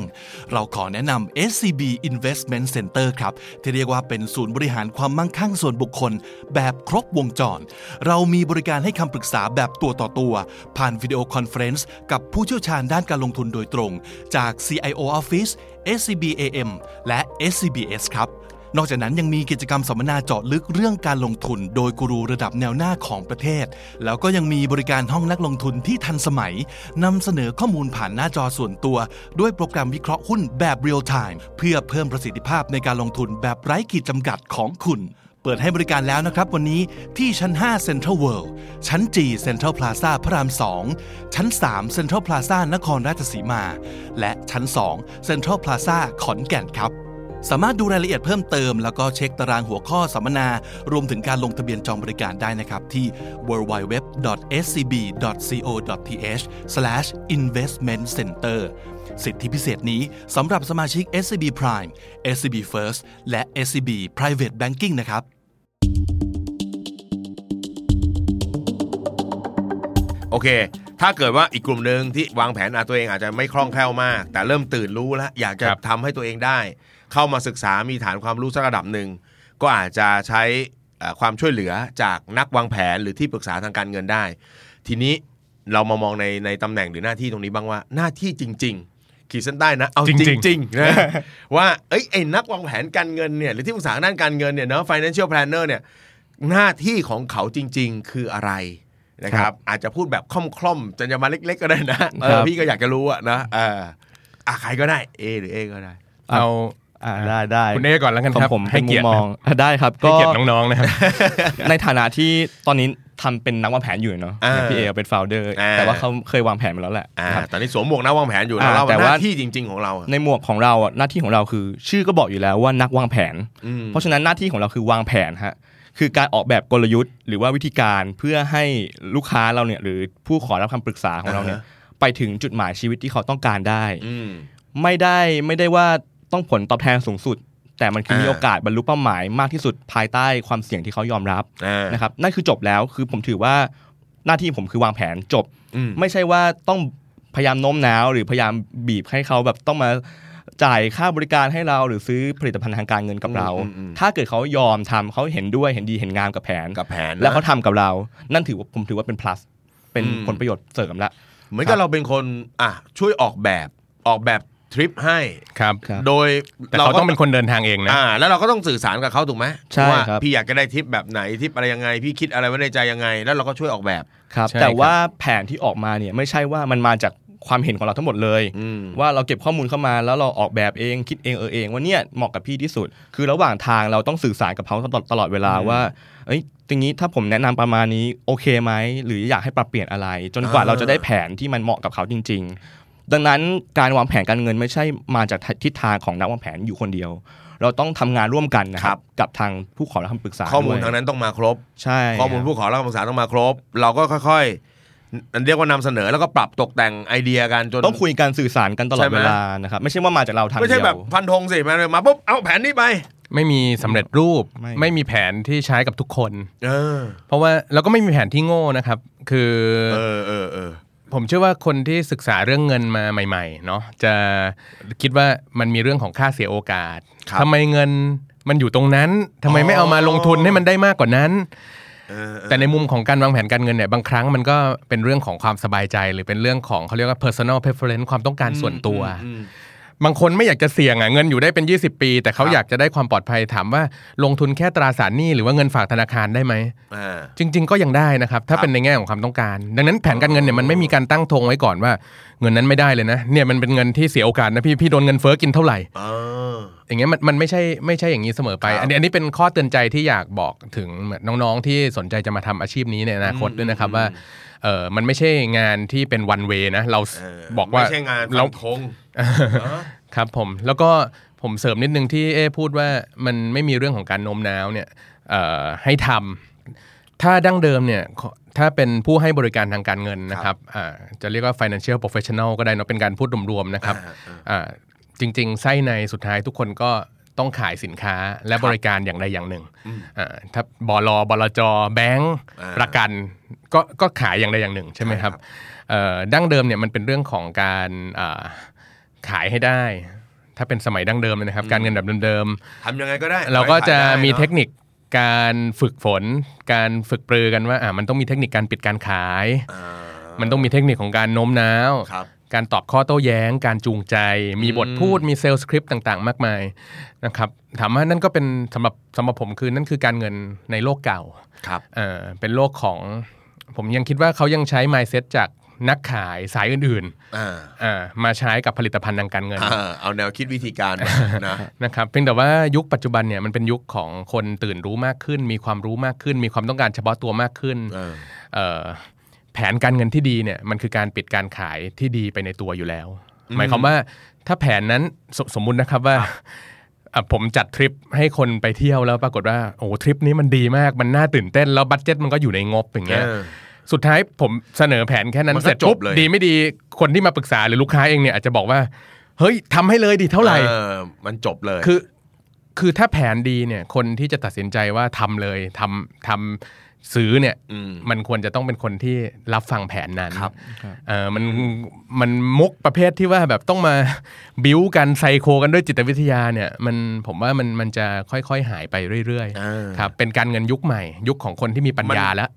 Speaker 4: เราขอแนะนำ SCB Investment Center ครับ ที่เรียกว่าเป็นศูนย์บริหารความมั่งคั่งส่วนบุคคล แบบครบวงจร เรามีบริการให้คำปรึกษาแบบตัวต่อตัว ผ่านวิดีโอคอนเฟรนซ์กับผู้เชี่ยวชาญด้านการลงทุนโดยตรง จาก CIO Office SCB AM และ SCBS ครับ นอกจากนั้นยังมีกิจกรรมสัมมนาเจาะลึกเรื่องการลงทุน โดยกูรูระดับแนวหน้าของประเทศ แล้วก็ยังมีบริการห้องนักลงทุนที่ทันสมัยนำเสนอข้อมูลผ่านหน้าจอส่วนตัว ด้วยโปรแกรมวิเคราะห์หุ้นแบบเรียลไทม์เพื่อเพิ่มประสิทธิภาพในการลงทุนแบบไร้ขีดจำกัดของคุณ เปิดให้บริการแล้วนะครับวันนี้ที่ชั้น 5 Central World ชั้น G Central Plaza พระราม 2 ชั้น 3 Central Plaza นครราชสีมา และชั้น 2 Central Plaza ขอนแก่นครับ สามารถดูรายละเอียดเพิ่มเติม แล้วก็เช็คตารางหัวข้อสัมมนา รวมถึงการลงทะเบียนจองบริการได้นะครับ ที่ www.scb.co.th/investmentcenter สิทธิพิเศษนี้สำหรับสมาชิก SCB Prime SCB First และ SCB Private Banking นะครับ
Speaker 1: โอเค ถ้าเกิดว่าอีกกลุ่มหนึ่งที่วางแผนอาตัวเองอาจจะไม่คล่องแคล่วมาก แต่เริ่มตื่นรู้แล้ว อยากจะ
Speaker 2: ครับ
Speaker 1: ทำให้ตัวเองได้ เข้ามาศึกษามีฐานความรู้สักระดับหนึ่ง ก็อาจจะใช้เอ่อความช่วยเหลือจากนักวางแผนหรือที่ปรึกษาทางการเงินได้ ทีนี้เรามามองในในตำแหน่งหรือหน้าที่ตรงนี้บ้างว่าหน้าที่จริง ๆ ขีดเส้นใต้นะ เอาจ
Speaker 2: จริงๆ
Speaker 1: ริงๆนะ ว่าเอ้ยไอ้นักวางแผนการเงินเนี่ยหรือที่ปรึกษาด้านการเงินเนี่ยเนาะ financial planner เนี่ยหน้าที่ของเขาจริง ๆ คืออะไรนะครับ อาจจะพูดแบบคล่อมๆจรรยาบรรณเล็ก ๆ ก็ได้นะเอ
Speaker 3: ครั
Speaker 1: อบ พี่ก็อยากจะรู้อะนะเอออ่ะใครก็ได้เอหรือเอก็ได้
Speaker 2: เอา
Speaker 3: อ่าได้ได้
Speaker 2: คุณเอก่อนแล้วกัน
Speaker 3: ขอ
Speaker 2: ครับ
Speaker 3: งผม
Speaker 2: ให้
Speaker 3: ให้
Speaker 2: เกี
Speaker 3: เกี
Speaker 2: ย
Speaker 3: ย
Speaker 2: รติ
Speaker 3: รติมองอ่ะได้ครับ
Speaker 2: ให้
Speaker 3: ก็
Speaker 2: เกียรติน้องๆนะครับ
Speaker 3: ในฐานะที่ตอนนี้ทำเป็นนักวางแผนอยู่เนาะ
Speaker 1: อ่า
Speaker 3: อย่างพี่เอเป็นโฟลเดอร์
Speaker 1: อ่า
Speaker 3: แต่ว่าเขาเคยวางแผนมาแล้วแหละ
Speaker 1: อ่า
Speaker 3: ครับ
Speaker 1: ตอนนี้สวมหมวกนะวางแผนอยู่นะ
Speaker 3: อ่า
Speaker 1: เรา
Speaker 3: แต่
Speaker 1: ห
Speaker 3: ว่า
Speaker 1: น้าที่จริง ๆ ของเราอะ
Speaker 3: ในหมวกของเราอ่ะหน้าที่ของเราคือ ชื่อก็บอกอยู่แล้วว่านักวางแผน
Speaker 1: อืม
Speaker 3: เพราะฉะนั้นหน้าที่ของเราคือวางแผนฮะคือการออกแบบกลยุทธ์ หรือว่าวิธีการเพื่อให้ลูกค้าเราเนี่ยหรือผู้ขอรับคำปรึกษาของเราเนี่ย
Speaker 1: อ่าฮ
Speaker 3: ไปถึงจุดหมายชีวิตที่เขาต้องการได้
Speaker 1: อืม
Speaker 3: ไม่ได้ไม่ได้ว่าต้องผลตอบแทนสูงสุด แต่มันคือมี
Speaker 1: อ่า
Speaker 3: โอกาสบรรลุเป้าหมายมากที่สุดภายใต้ความเสี่ยงที่เขายอมรับ
Speaker 1: อ่า
Speaker 3: นะครับนั่นคือจบแล้วคือผมถือว่าหน้าที่ผมคือวางแผนจบ
Speaker 1: อืม
Speaker 3: ไม่ใช่ว่าต้องพยายามโน้มน้าว หรือพยายามบีบให้เขาแบบต้องมาจ่ายค่าบริการให้เราหรือซื้อผลิตภัณฑ์ทางการเงินกับเรา
Speaker 1: อืมอืมอืม
Speaker 3: ถ้าเกิดเขายอมทำเขาเห็นด้วยเห็นดีเห็นงามกับแผน
Speaker 1: กับแผนนะ
Speaker 3: แล้วเขาทำกับเรา นั่นถือว่าผมถือว่าเป็น plus เป็น
Speaker 1: อืม
Speaker 3: ผลประโยชน์เสริมละ
Speaker 1: เหมือนกับ
Speaker 3: ครับ
Speaker 1: เราเป็นคนอ่ะช่วยออกแบบออกแบบทริปให้
Speaker 2: ครับ
Speaker 3: ครับ
Speaker 1: โดย
Speaker 2: แต่เขา
Speaker 1: ก็
Speaker 2: ต้องเป็นคนเดินทางเองนะ
Speaker 1: อ่าแล้วเราก็ต้องสื่อสารกับเขาถูกไหม
Speaker 3: ใช่
Speaker 1: ว่า
Speaker 3: ครับ
Speaker 1: พี่อยากจะได้ทิปแบบไหนทิปอะไรยังไง พี่คิดอะไรไว้ในใจยังไง แล้วเราก็ช่วยออกแบบ
Speaker 3: ครับ
Speaker 2: ใช่ครับ
Speaker 3: แต่ว่าแผนที่ออกมาเนี่ยไม่ใช่ว่ามันมาจากความเห็นของเราทั้งหมดเลย
Speaker 1: อืม
Speaker 3: ว่าเราเก็บข้อมูลเข้ามาแล้วเราออกแบบเองคิดเองเออเองว่าเนี่ยเหมาะกับพี่ที่สุด คือระหว่างทางเราต้องสื่อสารกับเขาตลอดตลอดเวลาว่าเอ้ยตรงนี้ถ้าผมแนะนำประมาณนี้โอเคไหมหรืออยากให้ปรับเปลี่ยนอะไร จนกว่า
Speaker 1: อ่า
Speaker 3: เราจะได้แผนที่มันเหมาะกับเขาจริง ๆ ดังนั้นการวางแผนการเงินไม่ใช่มาจากทิศทางของนักวางแผนอยู่คนเดียว เราต้องทำงานร่วมกันนะครับกับทางผู้ขอรับคำปรึกษา
Speaker 1: ข้อมูล
Speaker 3: ด้วย
Speaker 1: ทางนั้นต้องมาครบ
Speaker 3: ใช่
Speaker 1: ข้อมูลผู้ขอรับคำปรึกษาต้องมาครบ เราก็ค่อยๆเรียกว่านำเสนอแล้วก็ปรับตกแต่งไอเดียกันจน
Speaker 3: ต้องคุยกันสื่อสารกันตลอ
Speaker 1: ใช่
Speaker 3: ด
Speaker 1: ไหม
Speaker 3: เวลานะครับไม่ใช่ว่ามาจากเราทางเดียว
Speaker 1: ไม่ใช่แบบฟันธงสิมาเลยมาปุ๊บเอาแผนนี้ไป
Speaker 2: ไม่มีสำเร็จรูป
Speaker 3: ไม่
Speaker 2: ไม่มีแผนที่ใช้กับทุกคน
Speaker 1: เออ
Speaker 2: เพราะว่าแล้วก็ไม่มีแผนที่โง่นะครับ คือ
Speaker 1: เออเออเออ
Speaker 2: ผมเชื่อว่าคนที่ศึกษาเรื่องเงินมาใหม่ๆเนาะจะคิดว่ามันมีเรื่องของค่าเสียโอกาส
Speaker 1: ครับ
Speaker 2: ทำไมเงินมันอยู่ตรงนั้นทำไมไม่เอามาลงทุนให้มันได้มากกว่านั้น
Speaker 1: เออเออ
Speaker 2: แต่ในมุมของการวางแผนการเงินเนี่ยบางครั้งมันก็เป็นเรื่องของความสบายใจ หรือเป็นเรื่องของเขาเรียกว่า personal preference ความต้องการส่วนตัว
Speaker 1: อืม
Speaker 2: บางคนไม่อยากจะเสี่ยงอ่ะเงินอยู่ได้เป็น 20 ปี แต่เขา
Speaker 1: ครับ
Speaker 2: อยากจะได้ความปลอดภัยถามว่าลงทุนแค่ตราสารหนี้หรือว่าเงินฝากธนาคารได้ไหม
Speaker 1: อ่า
Speaker 2: จริง ๆ ก็ยังได้นะครับ ถ้าเป็นในแง่ของความต้องการ ดังนั้นแผนการเงินเนี่ยมันไม่มีการตั้งธงไว้ก่อนว่า เงินนั้นไม่ได้เลยนะเนี่ยมันเป็นเงินที่เสียโอกาสนะพี่พี่โดนเงินเฟ้อกินเท่าไหร่
Speaker 1: เออ
Speaker 2: อย่างเงี้ยมันมันไม่ใช่ไม่ใช่อย่างนี้เสมอไป
Speaker 1: ครับ
Speaker 2: อันนี้อันนี้เป็นข้อเตือนใจที่อยากบอกถึงเหมือนน้องๆ ที่สนใจจะมาทำอาชีพนี้ในอนาคตด้วยนะครับว่าเออมันไม่ใช่งานที่เป็นวันเวนะ เรา
Speaker 1: เ
Speaker 2: บอกว่า
Speaker 1: ไม่ใช่งาน
Speaker 2: เรา
Speaker 1: ฟันธง
Speaker 2: ครับผมแล้วก็ผมเสริมนิดนึงที่เอ้พูดว่ามันไม่มีเรื่องของการโน้มน้าวเนี่ยเอ่อให้ทำถ้าดั้งเดิมเนี่ยขอถ้าเป็นผู้ให้บริการทางการเงินนะครับอ่าจะเรียกว่า financial professional ก็ได้เนอะเป็นการพูดรวมๆนะครับอ่าจริงๆ ไส้ในสุดท้ายทุกคนก็ต้องขายสินค้าและบริการอย่างใดอย่างหนึ่งอ่าถ้าบลบลจแบงก์
Speaker 1: อ่า
Speaker 2: ประกันก็ก็ขายอย่างใดอย่างหนึ่งใช่ไหมครับเอ่อดั้งเดิมเนี่ยมันเป็นเรื่องของการอ่า ขายให้ได้ ถ้าเป็นสมัยดั้งเดิมเลยนะครับ การเงินแบบเดิม
Speaker 1: ทำยังไงก็ได้
Speaker 2: ๆ เราก็จะมีเทค
Speaker 1: นิค
Speaker 2: นิคการฝึกฝน การฝึกปรือกันว่าอ่ามันต้องมีเทคนิคการปิดการขาย มันต้องมีเทคนิคของการโน้มน้าว
Speaker 1: ครับ
Speaker 2: การตอบข้อโต้แย้ง การจูงใจ มีบทพูดมีเซลล์สคริปต์ต่างๆ มากมายนะครับถามว่านั่นก็เป็นสำหรับสำหรับผมคือนั่นคือการเงินในโลกเก่า
Speaker 1: ครับ
Speaker 2: เอ่อเป็นโลกของผมยังคิดว่าเขายังใช้ mindset จากนักขายสายอื่น
Speaker 1: อ่า
Speaker 2: ๆอ่ามาใช้กับผลิตภัณฑ์ทางการเงิน
Speaker 1: อ่าเอาแนวคิดวิธีการมานะ
Speaker 2: นะครับเพียงแต่ว่ายุคปัจจุบันเนี่ยมันเป็นยุคของคนตื่นรู้มากขึ้น มีความรู้มากขึ้น มีความต้องการเฉพาะตัวมากขึ้น
Speaker 1: เออ
Speaker 2: เอ่อแผนการเงินที่ดีเนี่ยมันคือการปิดการขายที่ดีไปในตัวอยู่แล้ว หมายความว่าถ้าแผนนั้นสสมมุตินะครับว่า อ่ะผมจัดทริปให้คนไปเที่ยวแล้วปรากฏว่าโอ้ทริปนี้มันดีมากมันน่าตื่นเต้นแล้วบัตเจ็ตมันก็อยู่ในงบอย่างเงี้ย
Speaker 1: เออ
Speaker 2: สุดท้ายผมเสนอแผนแค่นั้น
Speaker 1: มันก็
Speaker 2: เสร็จปุ๊
Speaker 1: จ
Speaker 2: บ
Speaker 1: บเลย
Speaker 2: ดีไม่ดีคนที่มาปรึกษาหรือลูกค้าเองเนี่ยอาจจะบอกว่าเฮ้ยทำให้เลยดิเท่าไหร่
Speaker 1: ออมันจบเลย
Speaker 2: คือคือถ้าแผนดีเนี่ยคนที่จะตัดสินใจว่าทำเลยทำทำซื้อเนี่ยมันควรจะต้องเป็นคนที่รับฟังแผนนั้น
Speaker 1: ครับ
Speaker 2: เออมันมันมุกประเภทที่ว่าแบบต้องมา บิ้วกันไซโคกันด้วยจิตวิทยาเนี่ยมันผมว่ามันมันจะค่อยๆหายไปเรื่อย
Speaker 1: อ่า
Speaker 2: ครับเป็นการเงินยุคใหม่ ยุคของคนที่มีปัญญาแล้ว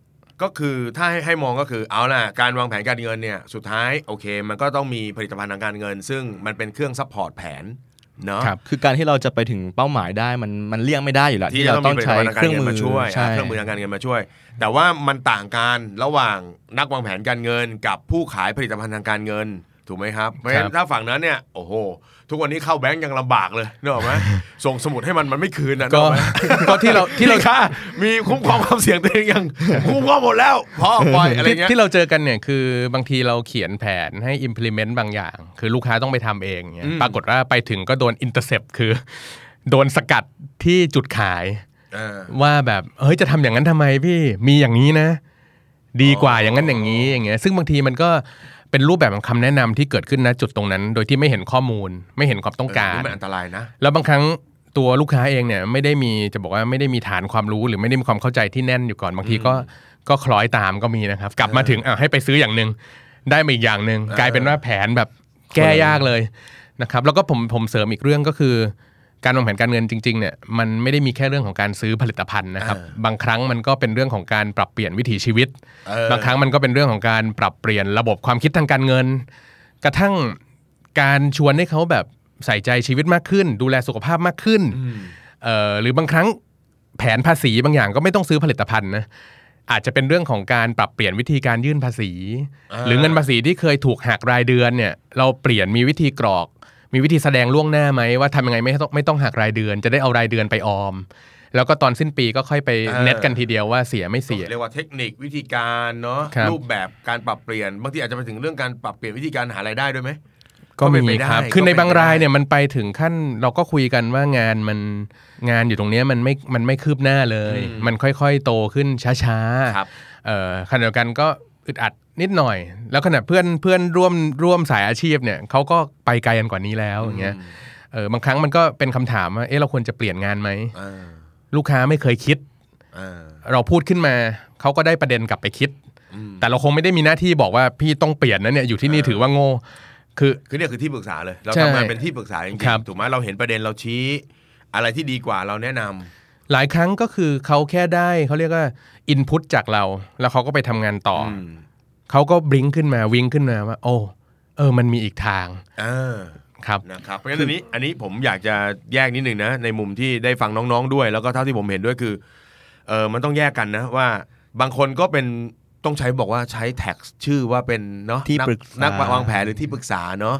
Speaker 1: ก็คือถ้าให้ให้มองก็คือเอาล่ะการวางแผนการเงินเนี่ยสุดท้ายโอเค มันก็ต้องมีผลิตภัณฑ์ทางการเงิน ซึ่งมันเป็นเครื่องซัพพอร์ตแผนเนาะ
Speaker 2: ครับ
Speaker 3: คือการที่เราจะไปถึงเป้าหมายได้มันมันเลี่ยงไม่ได้อยู่แล้ว
Speaker 1: ที่จะต้องมีผลิตภัณฑ์ทาง
Speaker 3: เค
Speaker 1: การ
Speaker 3: รื่อง
Speaker 1: เงิน
Speaker 3: มือ
Speaker 1: มาช่วย
Speaker 3: ใช่
Speaker 1: เครื่องมือทางการเงินมาช่วย แต่ว่ามันต่างกันระหว่างนักวางแผนการเงิน กับผู้ขายผลิตภัณฑ์ทางการเงิน ถูกไหมครับเพราะฉะนั้นถ้าฝั่งนั้นเนี่ยโอ้โห ทุกวันนี้เข้าแบงก์ยังลำบากเลยนึกออกไหม ส่งสมุดให้มันมันไม่คืนนะนึ
Speaker 2: ก็
Speaker 1: ออไหม
Speaker 2: ก็ที่เราที่เรา
Speaker 1: พี่ค่ามีคุ้มครองความเสี่ยงตัวเองยังคุ้มครองหมดแล้วพอปล่อยอะไรเงี้ย
Speaker 2: ที่ที่เราเจอกันเนี่ยคือบางทีเราเขียนแผนให้ implement บางอย่าง คือลูกค้าต้องไปทำเองเนี่ย
Speaker 1: อืม
Speaker 2: ปรากฏว่าไปถึงก็โดน intercept คือ โดนสกัดที่จุดขาย
Speaker 1: เออ
Speaker 2: ว่าแบบเฮ้ยจะทำอย่างนั้นทำไมพี่มีอย่างนี้นะ ดีกว่าอย่างนั้นอย่างนี้อย่างเงี้ยซึ่งบางทีมันก็เป็นรูปแบบของคำแนะนำที่เกิดขึ้นนะจุดตรงนั้น โดยที่ไม่เห็นข้อมูล ไม่เห็นความต้องการ
Speaker 1: เออนี่มันอันตรายนะ
Speaker 2: แล้วบางครั้งตัวลูกค้าเองเนี่ยไม่ได้มีจะบอกว่าไม่ได้มีฐานความรู้หรือไม่ได้มีความเข้าใจที่แน่นอยู่ก่อนบางทีก็ก็คล้อยตามก็มีนะครับ กลับมาถึงอ่ะให้ไปซื้ออย่างหนึ่งได้มาอีกอย่างหนึ่งกลายเป็นว่าแผนแบบแก้ยากเลยนะครับ แล้วก็ผมผมเสริมอีกเรื่องก็คือ การวางแผนการเงินจริงๆเนี่ยมันไม่ได้มีแค่เรื่องของการซื้อผลิตภัณฑ์นะครับ บางครั้งมันก็เป็นเรื่องของการปรับเปลี่ยนวิถีชีวิต
Speaker 1: เออ
Speaker 2: บางครั้งมันก็เป็นเรื่องของการปรับเปลี่ยนระบบความคิดทางการเงิน กระทั่งการชวนให้เขาแบบใส่ใจชีวิตมากขึ้น ดูแลสุขภาพมากขึ้นเอ่อหรือบางครั้งแผนภาษีบางอย่างก็ไม่ต้องซื้อผลิตภัณฑ์นะอาจจะเป็นเรื่องของการปรับเปลี่ยนวิธีการยื่นภาษี หรือเงินภาษีที่เคยถูกหักรายเดือนเนี่ยเราเปลี่ยนมีวิธีกรอก มีวิธีแสดงล่วงหน้าไหมว่าทำยังไงไม่ต้องไม่ต้องหักรายเดือน จะได้เอารายเดือนไปออม แล้วก็ตอนสิ้นปีก็ค่อยไป
Speaker 1: เออ
Speaker 2: เน็ตกันทีเดียวว่าเสียไม่เสีย
Speaker 1: เรียกว่าเทคนิควิธีการเนาะ
Speaker 2: ครับ
Speaker 1: รูปแบบการปรับเปลี่ยนบางทีอาจจะไปถึงเรื่องการปรับเปลี่ยนวิธีการหารายได้ด้วยไหม
Speaker 2: ก็
Speaker 1: ก็เป็
Speaker 2: มี
Speaker 1: นไปได้
Speaker 2: ครับ
Speaker 1: ก็
Speaker 2: คือในบาง
Speaker 1: เป็นไปได้
Speaker 2: รายเนี่ยมันไปถึงขั้นเราก็คุยกันว่างานมันงานอยู่ตรงเนี้ยมันไม่ มันไม่คืบหน้าเลย มันค่อยๆ โตขึ้นช้า
Speaker 1: ครับ
Speaker 2: ๆ เอ่อขณะเดียวกันก็อึดอัดนิดหน่อย แล้วขณะเพื่อนเพื่อนร่วมร่วมสายอาชีพเนี่ยเขาก็ไปไกลกันกว่านี้แล้วอย่างเงี้ย เออบางครั้งมันก็เป็นคำถามว่า เอ๊ะเราควรจะเปลี่ยนงานไหม
Speaker 1: เออ
Speaker 2: ลูกค้าไม่เคยคิด
Speaker 1: เออ
Speaker 2: เราพูดขึ้นมาเขาก็ได้ประเด็นกลับไปคิด
Speaker 1: อืม
Speaker 2: แต่เราคงไม่ได้มีหน้าที่บอกว่าพี่ต้องเปลี่ยนนะเนี่ยอยู่ที่นี่ถือว่าโง่คือ
Speaker 1: คือเนี่ยคือที่ปรึกษาเลย เรา
Speaker 2: ใช่
Speaker 1: ทำงานเป็นที่ปรึกษาจริง
Speaker 2: ครับ
Speaker 1: ๆถูกไหมเราเห็นประเด็นเราชี้ อะไรที่ดีกว่าเราแนะนำ
Speaker 2: หลายครั้งก็คือเขาแค่ได้เขาเรียกว่าอินพุตจากเรา แล้วเขาก็ไปทำงานต่ออ
Speaker 1: ม
Speaker 2: เขาก็บลิงก์ขึ้นมาวิ่งขึ้นมาว่า โอ้เออมันมีอีกทาง
Speaker 1: เออ
Speaker 2: ครับ
Speaker 1: นะครับเพราะฉะนั้นอันนี้อันนี้ผมอยากจะแยกนิดหนึ่งนะ ในมุมที่ได้ฟังน้องๆด้วย แล้วก็เท่าที่ผมเห็นด้วยคือเออมันต้องแยกกันนะว่าบางคนก็เป็นต้องใช้บอกว่าใช้แท็กชื่อว่าเป็นเนาะ
Speaker 3: ที่ปรึกษานั
Speaker 1: นักวางแผนหรือที่ปรึกษาเนาะ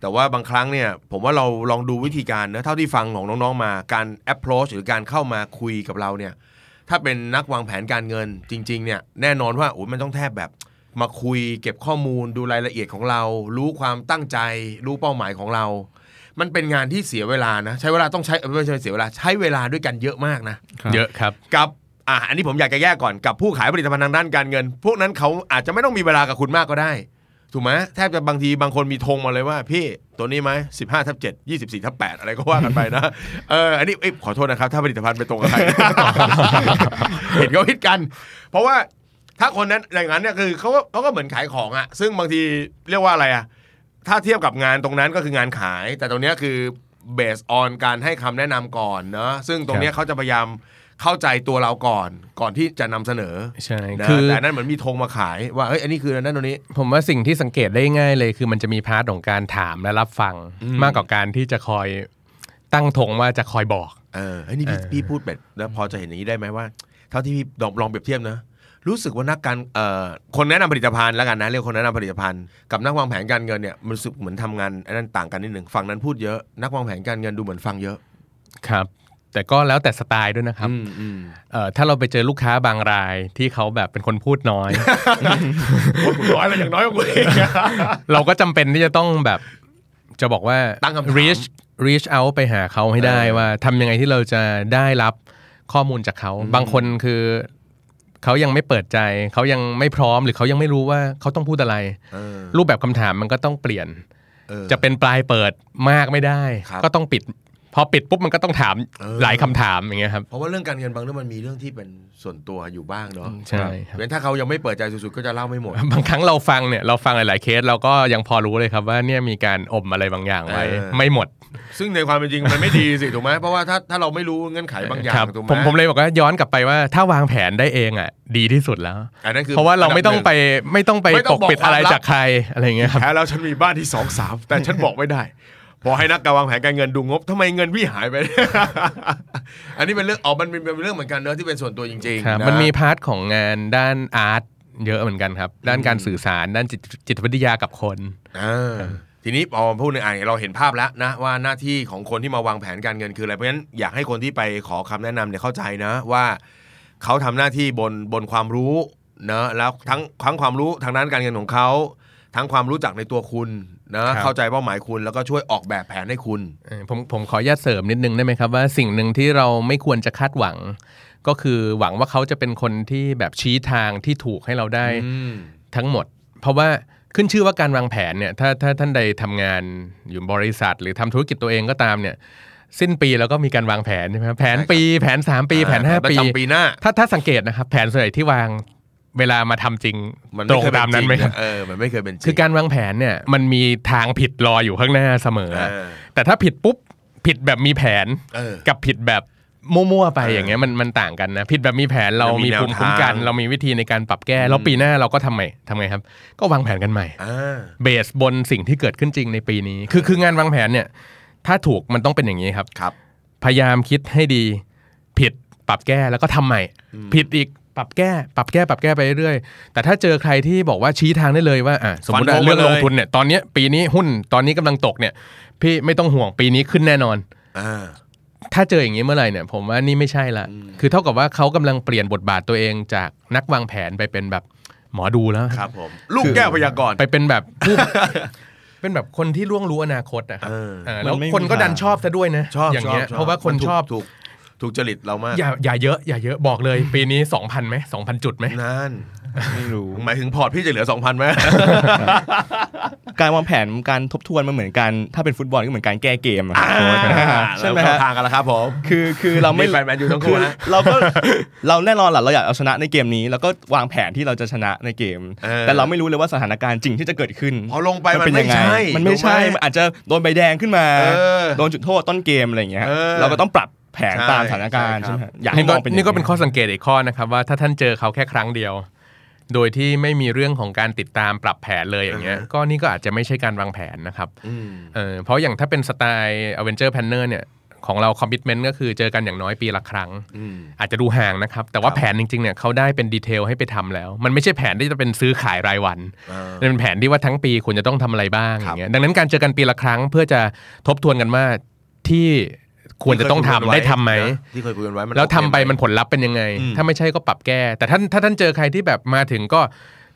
Speaker 1: แต่ว่าบางครั้งเนี่ยผมว่าเราลองดูวิธีการนะเท่าที่ฟังของน้องๆมาการ approach หรือการเข้ามาคุยกับเราเนี่ยถ้าเป็นนักวางแผนการเงินจริงๆเนี่ยแน่นอนว่าโอ้ยมันต้องแทบแบบ มาคุยเก็บข้อมูลดูรายละเอียดของเรา รู้ความตั้งใจ รู้เป้าหมายของเรา มันเป็นงานที่เสียเวลานะใช้เวลาต้องใช้เอ่อไม่ใช่เสียเวลาใช้เวลาด้วยกันเยอะมากนะ
Speaker 2: เยอะครับ
Speaker 1: กับอ่ะอันนี้ผมอยากจะแยกก่อนกับผู้ขายผลิตภัณฑ์ทางด้านการเงิน พวกนั้นเขาอาจจะไม่ต้องมีเวลากับคุณมากก็ได้ ถูกไหมแทบจะบางทีบางคนมีธงมาเลยว่า พี่ตัวนี้ไหมสิบห้าทับเจ็ดยี่สิบสี่ทับแปดอะไรก็ว่ากันไปนะ เอออันนี้เอ้ยขอโทษนะครับ ถ้าผลิตภัณฑ์ไปตรงกับใคร เห็นก็ผิดกัน เพราะว่าถ้าคนนั้นอย่างนั้นเนี่ยคือเขาก็เขาก็เหมือนขายของอะซึ่งบางทีเรียกว่าอะไรอะ ถ้าเทียบกับงานตรงนั้นก็คืองานขาย แต่ตรงเนี้ยคือเบสออนการให้คำแนะนำก่อนเนอะซึ่งตรงเนี้ยเขาจะพยายามเข้าใจตัวเราก่อน ก่อนที่จะนำเสนอ
Speaker 2: ใช่
Speaker 1: นะ
Speaker 2: คือ
Speaker 1: แต่นั่นเหมือนมีธงมาขายว่าเอ้ยอันนี้คืออันนั่นตัวนี้
Speaker 2: ผมว่าสิ่งที่สังเกตได้ง่ายเลย คือมันจะมีพาร์ทของการถามและรับฟัง มากกว่าการที่จะคอยตั้งธงว่าจะคอยบอก
Speaker 1: เออไอ้ยนี่พี่พี่พูดแบบแล้วพอจะเห็นอย่างนี้ได้ไหมว่า เท่าที่พี่ลองลองเปรียบเทียบนะ รู้สึกว่านักการเอ่อคนแนะนำผลิตภัณฑ์แล้วกันนะเรียกคนแนะนำผลิตภัณฑ์กับนักวางแผนการเงินเนี่ยมันรู้สึกเหมือนทำงานอันนั้นต่างกันนิดหนึ่งฝั่งนั้นพูดเยอะนักวางแผนการเงินดูเหมือนฟังเยอะ
Speaker 2: ครับ แต่ก็แล้วแต่สไตล์ด้วยนะครับ
Speaker 1: อืมอืม
Speaker 2: เอ่อถ้าเราไปเจอลูกค้าบางรายที่เขาแบบเป็นคนพูดน้อย
Speaker 1: โอ้ยคุณน้อยอะไรอย่างน้อยกว่ากูเอง
Speaker 2: เราก็จำเป็นที่จะต้องแบบ จะบอกว่า
Speaker 1: ตั้งคำถาม
Speaker 2: reach reach out ไปหาเขาให้ได้
Speaker 1: เออ
Speaker 2: ว่าทำยังไงที่เราจะได้รับข้อมูลจากเขา บางคนคือเขายังไม่เปิดใจ เขายังไม่พร้อมหรือเขายังไม่รู้ว่าเขาต้องพูดอะไร
Speaker 1: เออ
Speaker 2: รูปแบบคำถามมันก็ต้องเปลี่ยน
Speaker 1: เออ
Speaker 2: จะเป็นปลายเปิดมากไม่ได้
Speaker 1: ครับ
Speaker 2: ก็ต้องปิด พอปิดปุ๊บมันก็ต้องถามหลายคำถามอย่างเงี้ยครับ
Speaker 1: เพราะว่าเรื่องการเงินบางเรื่องมันมีเรื่องที่เป็นส่วนตัวอยู่บ้างเนาะ
Speaker 2: ใช่ครับ
Speaker 1: เว้นถ้าเขายังไม่เปิดใจสุดๆก็จะเล่าไม่หมด
Speaker 2: บางครั้งเราฟังเนี่ยเราฟังหลาย ๆเคสเราก็ยังพอรู้เลยครับว่าเนี่ยมีการอมอะไรบางอย่างไว้
Speaker 1: เออ
Speaker 2: ไม่หมด
Speaker 1: ซึ่งในความเป็นจริงมันไม่ดีสิถูกไหมเพราะว่าถ้าถ้าเราไม่รู้เงื่อนไขบางอย่า
Speaker 2: ครั
Speaker 1: ง
Speaker 2: บ
Speaker 1: ถูกไหม
Speaker 2: ผมผมเลยบอกว่าย้อนกลับไปว่าถ้าวางแผนได้เองอ่ะดีที่สุดแล้ว
Speaker 1: อันนั้นคือ
Speaker 2: เพราะว่าเราไม่ต้องไป
Speaker 1: น
Speaker 2: ไม่ต้องไป
Speaker 1: ไม่ต้
Speaker 2: ป
Speaker 1: อง
Speaker 2: ก
Speaker 1: บอก
Speaker 2: ปิดอะไร
Speaker 1: ความลับ
Speaker 2: จากใครอะไรอย่าง
Speaker 1: ดับห
Speaker 2: เงี้
Speaker 1: นึ่ง
Speaker 2: ยครับ
Speaker 1: แพ้แล้วฉันมีบ้านที่สองสามแต่ฉันบอกไม่ได้บอกให้นักการวางแผนการเงินดูงบทำไมเงินพี่หายไป อันนี้เป็นเรื่องอ๋อมันเป็นเป็นเรื่องเหมือนกันเนอะที่เป็นส่วนตัวจริง
Speaker 2: ครับ
Speaker 1: ๆะ
Speaker 2: มันมีพาร์ทของงานด้านอาร์ตเยอะเหมือนกันครับ ด้านการสื่อสารด้านจิตจิตวิทยากับคน
Speaker 1: อ่าทีนี้พอพูดในอ่านเราเห็นภาพแล้วนะว่าหน้าที่ของคนที่มาวางแผนการเงินคืออะไรเพราะฉะนั้นอยากให้คนที่ไปขอคำแนะนำเนี่ยเข้าใจนะว่าเขาทำหน้าที่บนบนความรู้นะแล้วทั้งทั้งความรู้ทางด้านการเงินของเขา ทั้งความรู้จักในตัวคุณนะครับ เข้าใจเป้าหมายคุณแล้วก็ช่วยออกแบบแผนให้คุณ
Speaker 2: เออผมผมขออนุญาตเสริมนิดนึงได้ไหมครับว่าสิ่งหนึ่งที่เราไม่ควรจะคาดหวัง ก็คือหวังว่าเขาจะเป็นคนที่แบบชี้ทางที่ถูกให้เราได้
Speaker 1: อืม
Speaker 2: ทั้งหมด เพราะว่าขึ้นชื่อว่าการวางแผนเนี่ยถ้าถ้าท่านใดทำงานอยู่บริษัท หรือทำธุรกิจตัวเองก็ตามเนี่ยสิ้นปีเราก็มีการวางแผนใช่ไหมครับแผนปีแผน 3 ปีแผน
Speaker 1: อ่า
Speaker 2: 5
Speaker 1: ป
Speaker 2: ปี
Speaker 1: ระจำปีหน้า
Speaker 2: ถ้าถ้าสังเกตนะครับแผนส่วนใหญ่ที่วางเวลามาทำจริง
Speaker 1: มัน
Speaker 2: ต
Speaker 1: ไม่
Speaker 2: รง
Speaker 1: เคยเป็
Speaker 2: ตามนั้นไหม
Speaker 1: จ
Speaker 2: ค
Speaker 1: ริ
Speaker 2: รับ
Speaker 1: งะเออมันไม่เคยเป็นจริง
Speaker 2: คือการวางแผนเนี่ยมันมีทางผิดรออยู่ข้างหน้าเสมอ
Speaker 1: เออ
Speaker 2: แต่ถ้าผิดปุ๊บผิดแบบมีแผน
Speaker 1: เออ
Speaker 2: กับผิดแบบมั่วๆไป
Speaker 1: เอออ
Speaker 2: อย่างเงี้ยมันมันต่างกันนะผิดแบบมีแผนเรา
Speaker 1: มี
Speaker 2: มี
Speaker 1: แนว
Speaker 2: ภูมิคุ้มกัน
Speaker 1: ทาง
Speaker 2: เรามีวิธีในการปรับแก้แล้วปีหน้าเราก็ทำใหม่ทำไงครับ ก็วางแผนกันใหม่
Speaker 1: อ่า
Speaker 2: เบสบนสิ่งที่เกิดขึ้นจริงในปีนี้ คือคืองานวางแผนเนี่ยถ้าถูกมันต้องเป็นอย่างนี้ครับ
Speaker 1: ครับ
Speaker 2: พยายามคิดให้ดี ผิดปรับแก้แล้วก็ทำใหม่ ผิดอีกปรับแก้ ปรับแก้ปรับแก้ไปเรื่อยๆแต่ถ้าเจอใครที่บอกว่าชี้ทางได้เลยว่าอ่ะสมมติ
Speaker 1: ฟันธง
Speaker 2: ว่าเรื่อ
Speaker 1: ไป
Speaker 2: ง
Speaker 1: เลย
Speaker 2: ลงทุนเนี่ยตอนเนี้ยปีนี้หุ้นตอนนี้กำลังตกเนี่ย พี่ไม่ต้องห่วงปีนี้ขึ้นแน่นอน
Speaker 1: อ่า
Speaker 2: ถ้าเจออย่างนี้เมื่อไหร่เนี่ยผมว่านี่ไม่ใช่ละคือเท่ากับว่าเขากำลังเปลี่ยนบทบาทตัวเองจากนักวางแผนไปเป็นแบบหมอดูแล้ว
Speaker 1: ครับผม ลูกแก้วพยากรณ์
Speaker 2: ไปเป็นแบบผู้ เป็นแบบคนที่ล่วงรู้อนาคตนะครับ
Speaker 1: เออ
Speaker 2: เออแล้ว
Speaker 3: มันไม่มี
Speaker 2: คนก็ดัน
Speaker 3: ทาง
Speaker 2: ชอบซะด้วยนะ
Speaker 1: ชอบ
Speaker 2: อย่างเงี้ย
Speaker 1: ช
Speaker 2: เพราะว่าคน
Speaker 1: มัถูก
Speaker 2: ชอบ
Speaker 1: ถูกถูกจริตเรามาก
Speaker 2: อย่าอย่าเยอะอย่าเยอะบอกเลย ปีนี้ 2,000ไหม2,000 จุดไหม
Speaker 1: นั่น
Speaker 3: ไม่รู้
Speaker 1: หมายถึงพอร์ตพี่จะเหลือ 2,000ไหม
Speaker 3: การวางแผนการทบทวนมันเหมือนกัน ถ้าเป็นฟุตบอลก็เหมือนการแก้เกมอะครับ
Speaker 1: ใช่
Speaker 3: ใช่
Speaker 1: ไห
Speaker 3: ไห
Speaker 1: ม
Speaker 3: มฮะ
Speaker 1: ทางกันแล้วครับผม
Speaker 3: คือคือเราไม่
Speaker 1: นี่แฟนแมนยูทั้งคู่นะ
Speaker 3: อเราก็ เราแน่นอนแหละเราอยากเอาชนะในเกมนี้ แล้วก็วางแผนที่เราจะชนะในเกม
Speaker 1: เออ
Speaker 3: แต่เราไม่รู้เลยว่าสถานการณ์จริงที่จะเกิดขึ้น
Speaker 1: พอลงไปมัน
Speaker 3: เป็ยังง
Speaker 1: ไม่ใช่
Speaker 3: มันไม่
Speaker 1: ถู
Speaker 3: ใช่
Speaker 1: กไหม
Speaker 3: มันอาจจะโดนใบแดงขึ้นมา
Speaker 1: เออ
Speaker 3: โดนจุดโทษต้นเกมอะไรอย่างเงี้ย
Speaker 1: เออ
Speaker 3: เราก็ต้องปรับแผน
Speaker 1: ใช่
Speaker 3: ตามสถานการณ์
Speaker 1: ใช่
Speaker 3: ใช่ไหม
Speaker 1: ครับ
Speaker 3: อยากให้ม
Speaker 2: ก็
Speaker 3: องเป็นอย่าง
Speaker 2: นี่ก็เป็นข้อสังเกตอีกข้อนะครับว่าถ้าท่านเจอเขาแค่ครั้งเดียว โดยที่ไม่มีเรื่องของการติดตามปรับแผนเลยอย่างเงี้ย ก็นี่ก็อาจจะไม่ใช่การวางแผนนะครับเออเพราะอย่างถ้าเป็นสไตล์ Avenger Planner เนี่ยของเราคอมมิ t เมนต์ก็คือเจอกันอย่างน้อยปีละครั้ง อาจจะดูห่างนะครับ แต่ว่าแผนจริงๆเนี่ยเขาได้เป็นดีเทลให้ไปทำแล้ว มันไม่ใช่แผนที่จะเป็นซื้อขายรายวันมันเป็นแผนที่ว่าทั้งปีคุณจะต้องทำอะไรบ้างอย่างเงี้ยดังนั้นการเจอกันปีละครั้ง เพื่อจะทบทวนกันว่าที่ควรจะต้องทำได้ทำไหม
Speaker 1: ที่เคยคุยกันไว้มัน
Speaker 2: แล้วทำไป
Speaker 1: โอเคห
Speaker 2: มันผลลัพธ์เป็นยังไง
Speaker 1: อืม
Speaker 2: ถ้าไม่ใช่ก็ปรับแก้ แต่ท่านถ้าท่านเจอใครที่แบบมาถึงก็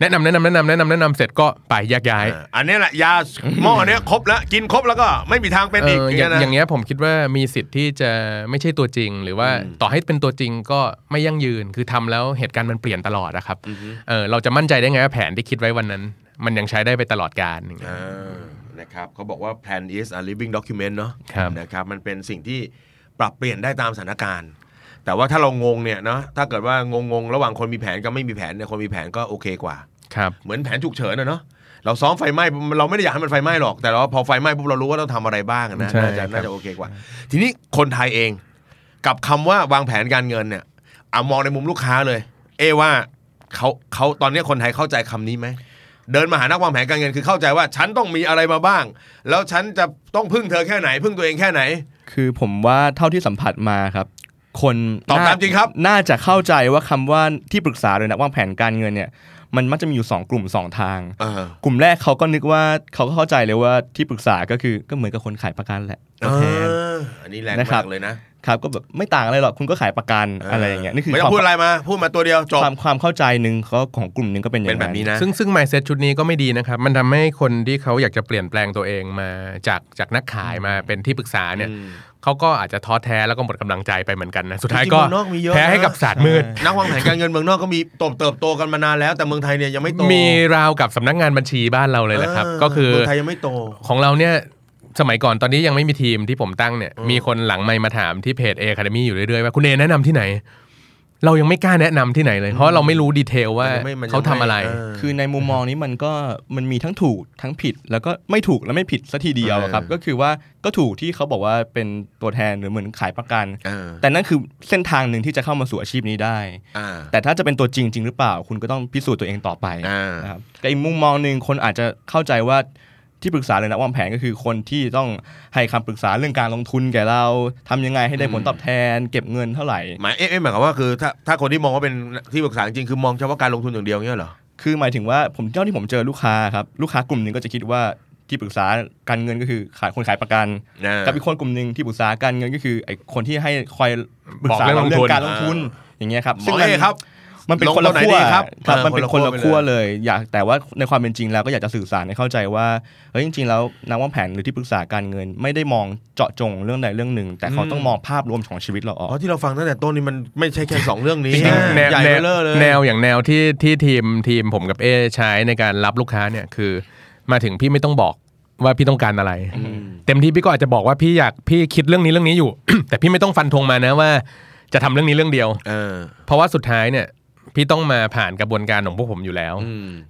Speaker 2: แนะนำแนะนำแนะนำแนะนำแนะนำเสร็จก็ไปแยกย้าย
Speaker 1: อ่าอันเนี้ยแหละยาหม้อเนี้ยครบแล้วกินครบแล้วก็ไม่มีทางเป็น
Speaker 2: เอ
Speaker 1: อีก
Speaker 2: อ
Speaker 1: อย่าง
Speaker 2: อ
Speaker 1: เงี้
Speaker 2: ย่าย ง
Speaker 1: นะ
Speaker 2: อย่างเงี้ยผมคิดว่ามีสิทธิ์ที่จะไม่ใช่ตัวจริง หรือว่าต่อให้เป็นตัวจริงก็ไม่ยั่งยืน คือทำแล้วเหตุการณ์มันเปลี่ยนตลอดนะครับเออเราจะมั่นใจได้ไงว่าแผนที่คิดไว้วันนั้น มันยังใช้ได้ไปตลอดการอย่างเงี้ย
Speaker 1: อ่านะครับเขาบอกว่า plan is a living document เนาะ
Speaker 2: ครับ
Speaker 1: นะครับมันเป็นสิ่งที่ปรับเปลี่ยนได้ตามสถานการณ์ แต่ว่าถ้าเรางงเนี่ยเนาะถ้าเกิดว่างงๆระหว่างคนมีแผนกับไม่มีแผนเนี่ยคนมีแผนก็โอเคกว่า
Speaker 2: ครับ
Speaker 1: เหมือนแผนฉุกเฉินนะเนาะเราซ้อมไฟไหม้เราไม่ได้อยากให้มันไฟไหม้หรอก แต่เราพอไฟไหม้ปุ๊บเรารู้ว่าต้องทำอะไรบ้างนะน่าจะน่าจะโอเคกว่า ทีนี้คนไทยเองกับคำว่าวางแผนการเงินเนี่ยเอามองในมุมลูกค้าเลย เอว่าเขาเขาตอนนี้คนไทยเข้าใจคำนี้ไหมเดินมาหานักวางแผนการเงินคือเข้าใจว่าฉันต้องมีอะไรมาบ้าง แล้วฉันจะต้องพึ่งเธอแค่ไหน พึ่งตัวเองแค่ไหน
Speaker 3: คือผมว่าเท่าที่สัมผัสมาครับ คน
Speaker 1: ตอบตาม
Speaker 3: น่
Speaker 1: จริงครับ
Speaker 3: น่าจะเข้าใจว่าคำว่าที่ปรึกษาหรือนักวางแผนการเงินเนี่ย มันมักจะมีอยู่สองกลุ่มสองทาง
Speaker 4: เออ
Speaker 3: กลุ่มแรกเขาก็นึกว่าเขาก็เข้าใจเลยว่าที่ปรึกษาก็คือก็เหมือนกับคนขายประกันแหละตัวแทน
Speaker 1: อ่าอันนี้แรง
Speaker 3: นะครับ
Speaker 1: มากเลยนะครับ
Speaker 3: ก็แบบไม่ต่างอะไรหรอกคุณก็ขายประกันอะไรอย่างเงี้ยนี่คือ
Speaker 1: ไม่
Speaker 3: ค
Speaker 1: ต้อ
Speaker 3: วาม
Speaker 1: งพูดอะไรมาพูดมาตัวเดียวจบ
Speaker 3: ความความเข้าใจหนึ่งเขาของกลุ่มหนึ่งก็เป็นอย่า
Speaker 1: เป็น
Speaker 3: ง
Speaker 1: แบบนี้นะ
Speaker 2: ซึ่งซึ่ง mindset ชุดนี้ก็ไม่ดีนะครับ มันทำให้คนที่เขาอยากจะเปลี่ยนแปลงตัวเองมาจากจากนักขายมาเป็นที่ปรึกษาเนี่ยเขาก็อาจจะท้อแท้แล้วก็หมดกำลังใจไปเหมือนกันนะสุดท้ายก็
Speaker 1: จริงๆเมืองนอกมีเยอะนะ
Speaker 2: แพ้ให้กับศาสตร์มืด
Speaker 1: นักวางแผนการเงินเมืองนอกก็มีโตบเติบโตกันมานานแล้ว แต่เมืองไทยเนี่ยยังไม่โต
Speaker 2: มีราวกับสำนักงานบัญชีบ้านเราเลยแหละครับ
Speaker 1: เ
Speaker 2: ก็คือ
Speaker 1: เมืองไทยยังไม่โต
Speaker 2: ของเราเนี่ยสมัยก่อนตอนนี้ยังไม่มีทีมที่ผมตั้งเนี่ยมีคนหลังไมค์มาถามที่เพจ A Academy อยู่เรื่อยๆว่าคุณเอแนะนำที่ไหน เรายังไม่กล้าแนะนำที่ไหนเลย เพราะเราไม่รู้ดีเทลว่าม
Speaker 1: นยังไม่
Speaker 2: เขาทำอะไร
Speaker 1: เออ
Speaker 3: คือในมุมมองนี้มันก็มันมีทั้งถูกทั้งผิดแล้วก็ไม่ถูกและไม่ผิดสัทีเดียวอะครับ
Speaker 1: เออ
Speaker 3: ก็คือว่าก็ถูกที่เขาบอกว่าเป็นตัวแทนหรือเหมือนขายประกัน
Speaker 1: เออ
Speaker 3: แต่นั่นคือเส้นทางหนึ่งที่จะเข้ามาสู่อาชีพนี้ได้
Speaker 1: อ่า
Speaker 3: แต่ถ้าจะเป็นตัวจริงจริงหรือเปล่า คุณก็ต้องพิสูจน์ตัวเองต่อไป
Speaker 1: อ่า
Speaker 3: นะครับก็อีกมุมมองหนึ่งคนอาจจะเข้าใจว่าที่ปรึกษาเลยนะวางแผนก็คือคนที่ต้องให้คำปรึกษาเรื่องการลงทุนแก่เราทำยังไงให้ได้ผลตอบแทน เก็บเงินเท่าไหร่
Speaker 1: หมายเอ๊ะเอ๊ะหมายความว่าคือถ้าถ้าคนที่มองว่าเป็นที่ปรึกษาจริงๆคือมองเฉพาะการลงทุนอย่างเดียวเงี้ยเหรอ
Speaker 3: คือหมายถึงว่าผมเจ้าที่ผมเจอลูกค้าครับลูกค้ากลุ่มหนึ่งก็จะคิดว่าที่ปรึกษาการเงินก็คือขายคนขายประกัน
Speaker 1: อ่ากั
Speaker 3: กับอีกคนกลุ่มหนึ่งที่ปรึกษาการเงินก็คือไอ้คนที่ให้คอยปรึกษา
Speaker 2: บอกเรื่อลง
Speaker 3: เรื่อง
Speaker 2: ทุน
Speaker 3: งการลงทุนอย่างเงี้ยครับ
Speaker 1: หม
Speaker 3: ซึ่
Speaker 1: อง เอ๊
Speaker 3: มัน
Speaker 1: ครับ
Speaker 3: มันเป็น
Speaker 1: ลง
Speaker 3: คนละ
Speaker 1: ตัวไหน
Speaker 3: ขั้ว
Speaker 1: ดีครับ
Speaker 3: ครับ
Speaker 1: เออ
Speaker 3: มันเป็น
Speaker 1: ค
Speaker 3: คนน
Speaker 1: ละ
Speaker 3: ละ
Speaker 1: ขั้
Speaker 3: ขั้
Speaker 1: ว
Speaker 3: ว
Speaker 1: ไปเลย
Speaker 3: เลย อยากแต่ว่าในความเป็นจริงแล้วก็อยากจะสื่อสารให้เข้าใจว่าเฮ้ยจริงๆแล้วนักวางแผนหรือที่ปรึกษาการเงิน ไม่ได้มองเจาะจงเรื่องใดเรื่องหนึ่ง แต่เขาต้องมองภาพรวมของชีวิตเราออก
Speaker 1: อ๋อที่เราฟังตั้งแต่ต้นนี่มันไม่ใช่แค่สองเรื่องนี้
Speaker 2: จริงๆแนว
Speaker 1: ใหญ่
Speaker 2: แน
Speaker 1: เบ้อ
Speaker 2: ว
Speaker 1: เร่อเลย
Speaker 2: แนวอย่างแนวที่ที่ทีมทีมผมกับเอใช้ในการรับลูกค้าเนี่ยคือ มาถึงพี่ไม่ต้องบอกว่าพี่ต้องการอะไร เต็มที่พี่ก็อาจจะบอกว่าพี่อยากพี่คิดเรื่องนี้เรื่องนี้ อยู่ แต่พี่ไม่ต้องฟันธงมานะว่า จะทำเรื่องนี้เรื่องเดียว
Speaker 1: เออ
Speaker 2: เพราะว่าสุดท้ายเนี่ยพี่ต้องมาผ่านกระบวนการของพวกผมอยู่แล้ว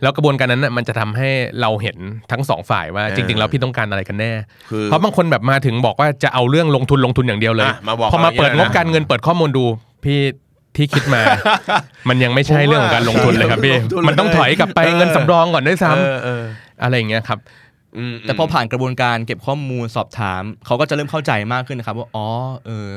Speaker 2: แล้วกระบวนการนั้นน่ะมันจะทำให้เราเห็นทั้งสองฝ่ายว่าจริง ๆ แล้วพี่ต้องการอะไรกันแน่
Speaker 1: คือ
Speaker 2: เพราะบางคนแบบมาถึงบอกว่าจะเอาเรื่องลงทุนลงทุนอย่างเดียวเลย
Speaker 1: อ่ะมาบอก
Speaker 2: พอมา
Speaker 1: เราอย่างเงี้ย
Speaker 2: เปิดงบ
Speaker 1: นะ
Speaker 2: การเงินเปิดข้อมูลดูพี่ที่คิดมา มันยังไม่ใช่เรื่องของการลงทุนเลยครับพี่
Speaker 1: ลงทุนเลย
Speaker 2: มันต้องถอยกลับไป
Speaker 1: เออ
Speaker 2: เงินสำรองก่อนด้วยซ้
Speaker 1: เออเออ
Speaker 2: ำอะไรอย่างเงี้ยครับ
Speaker 1: อืม
Speaker 3: แต่พอผ่านกระบวนการเก็บข้อมูลสอบถาม เขาก็จะเริ่มเข้าใจมากขึ้นนะครับ ว่าอ๋อเออ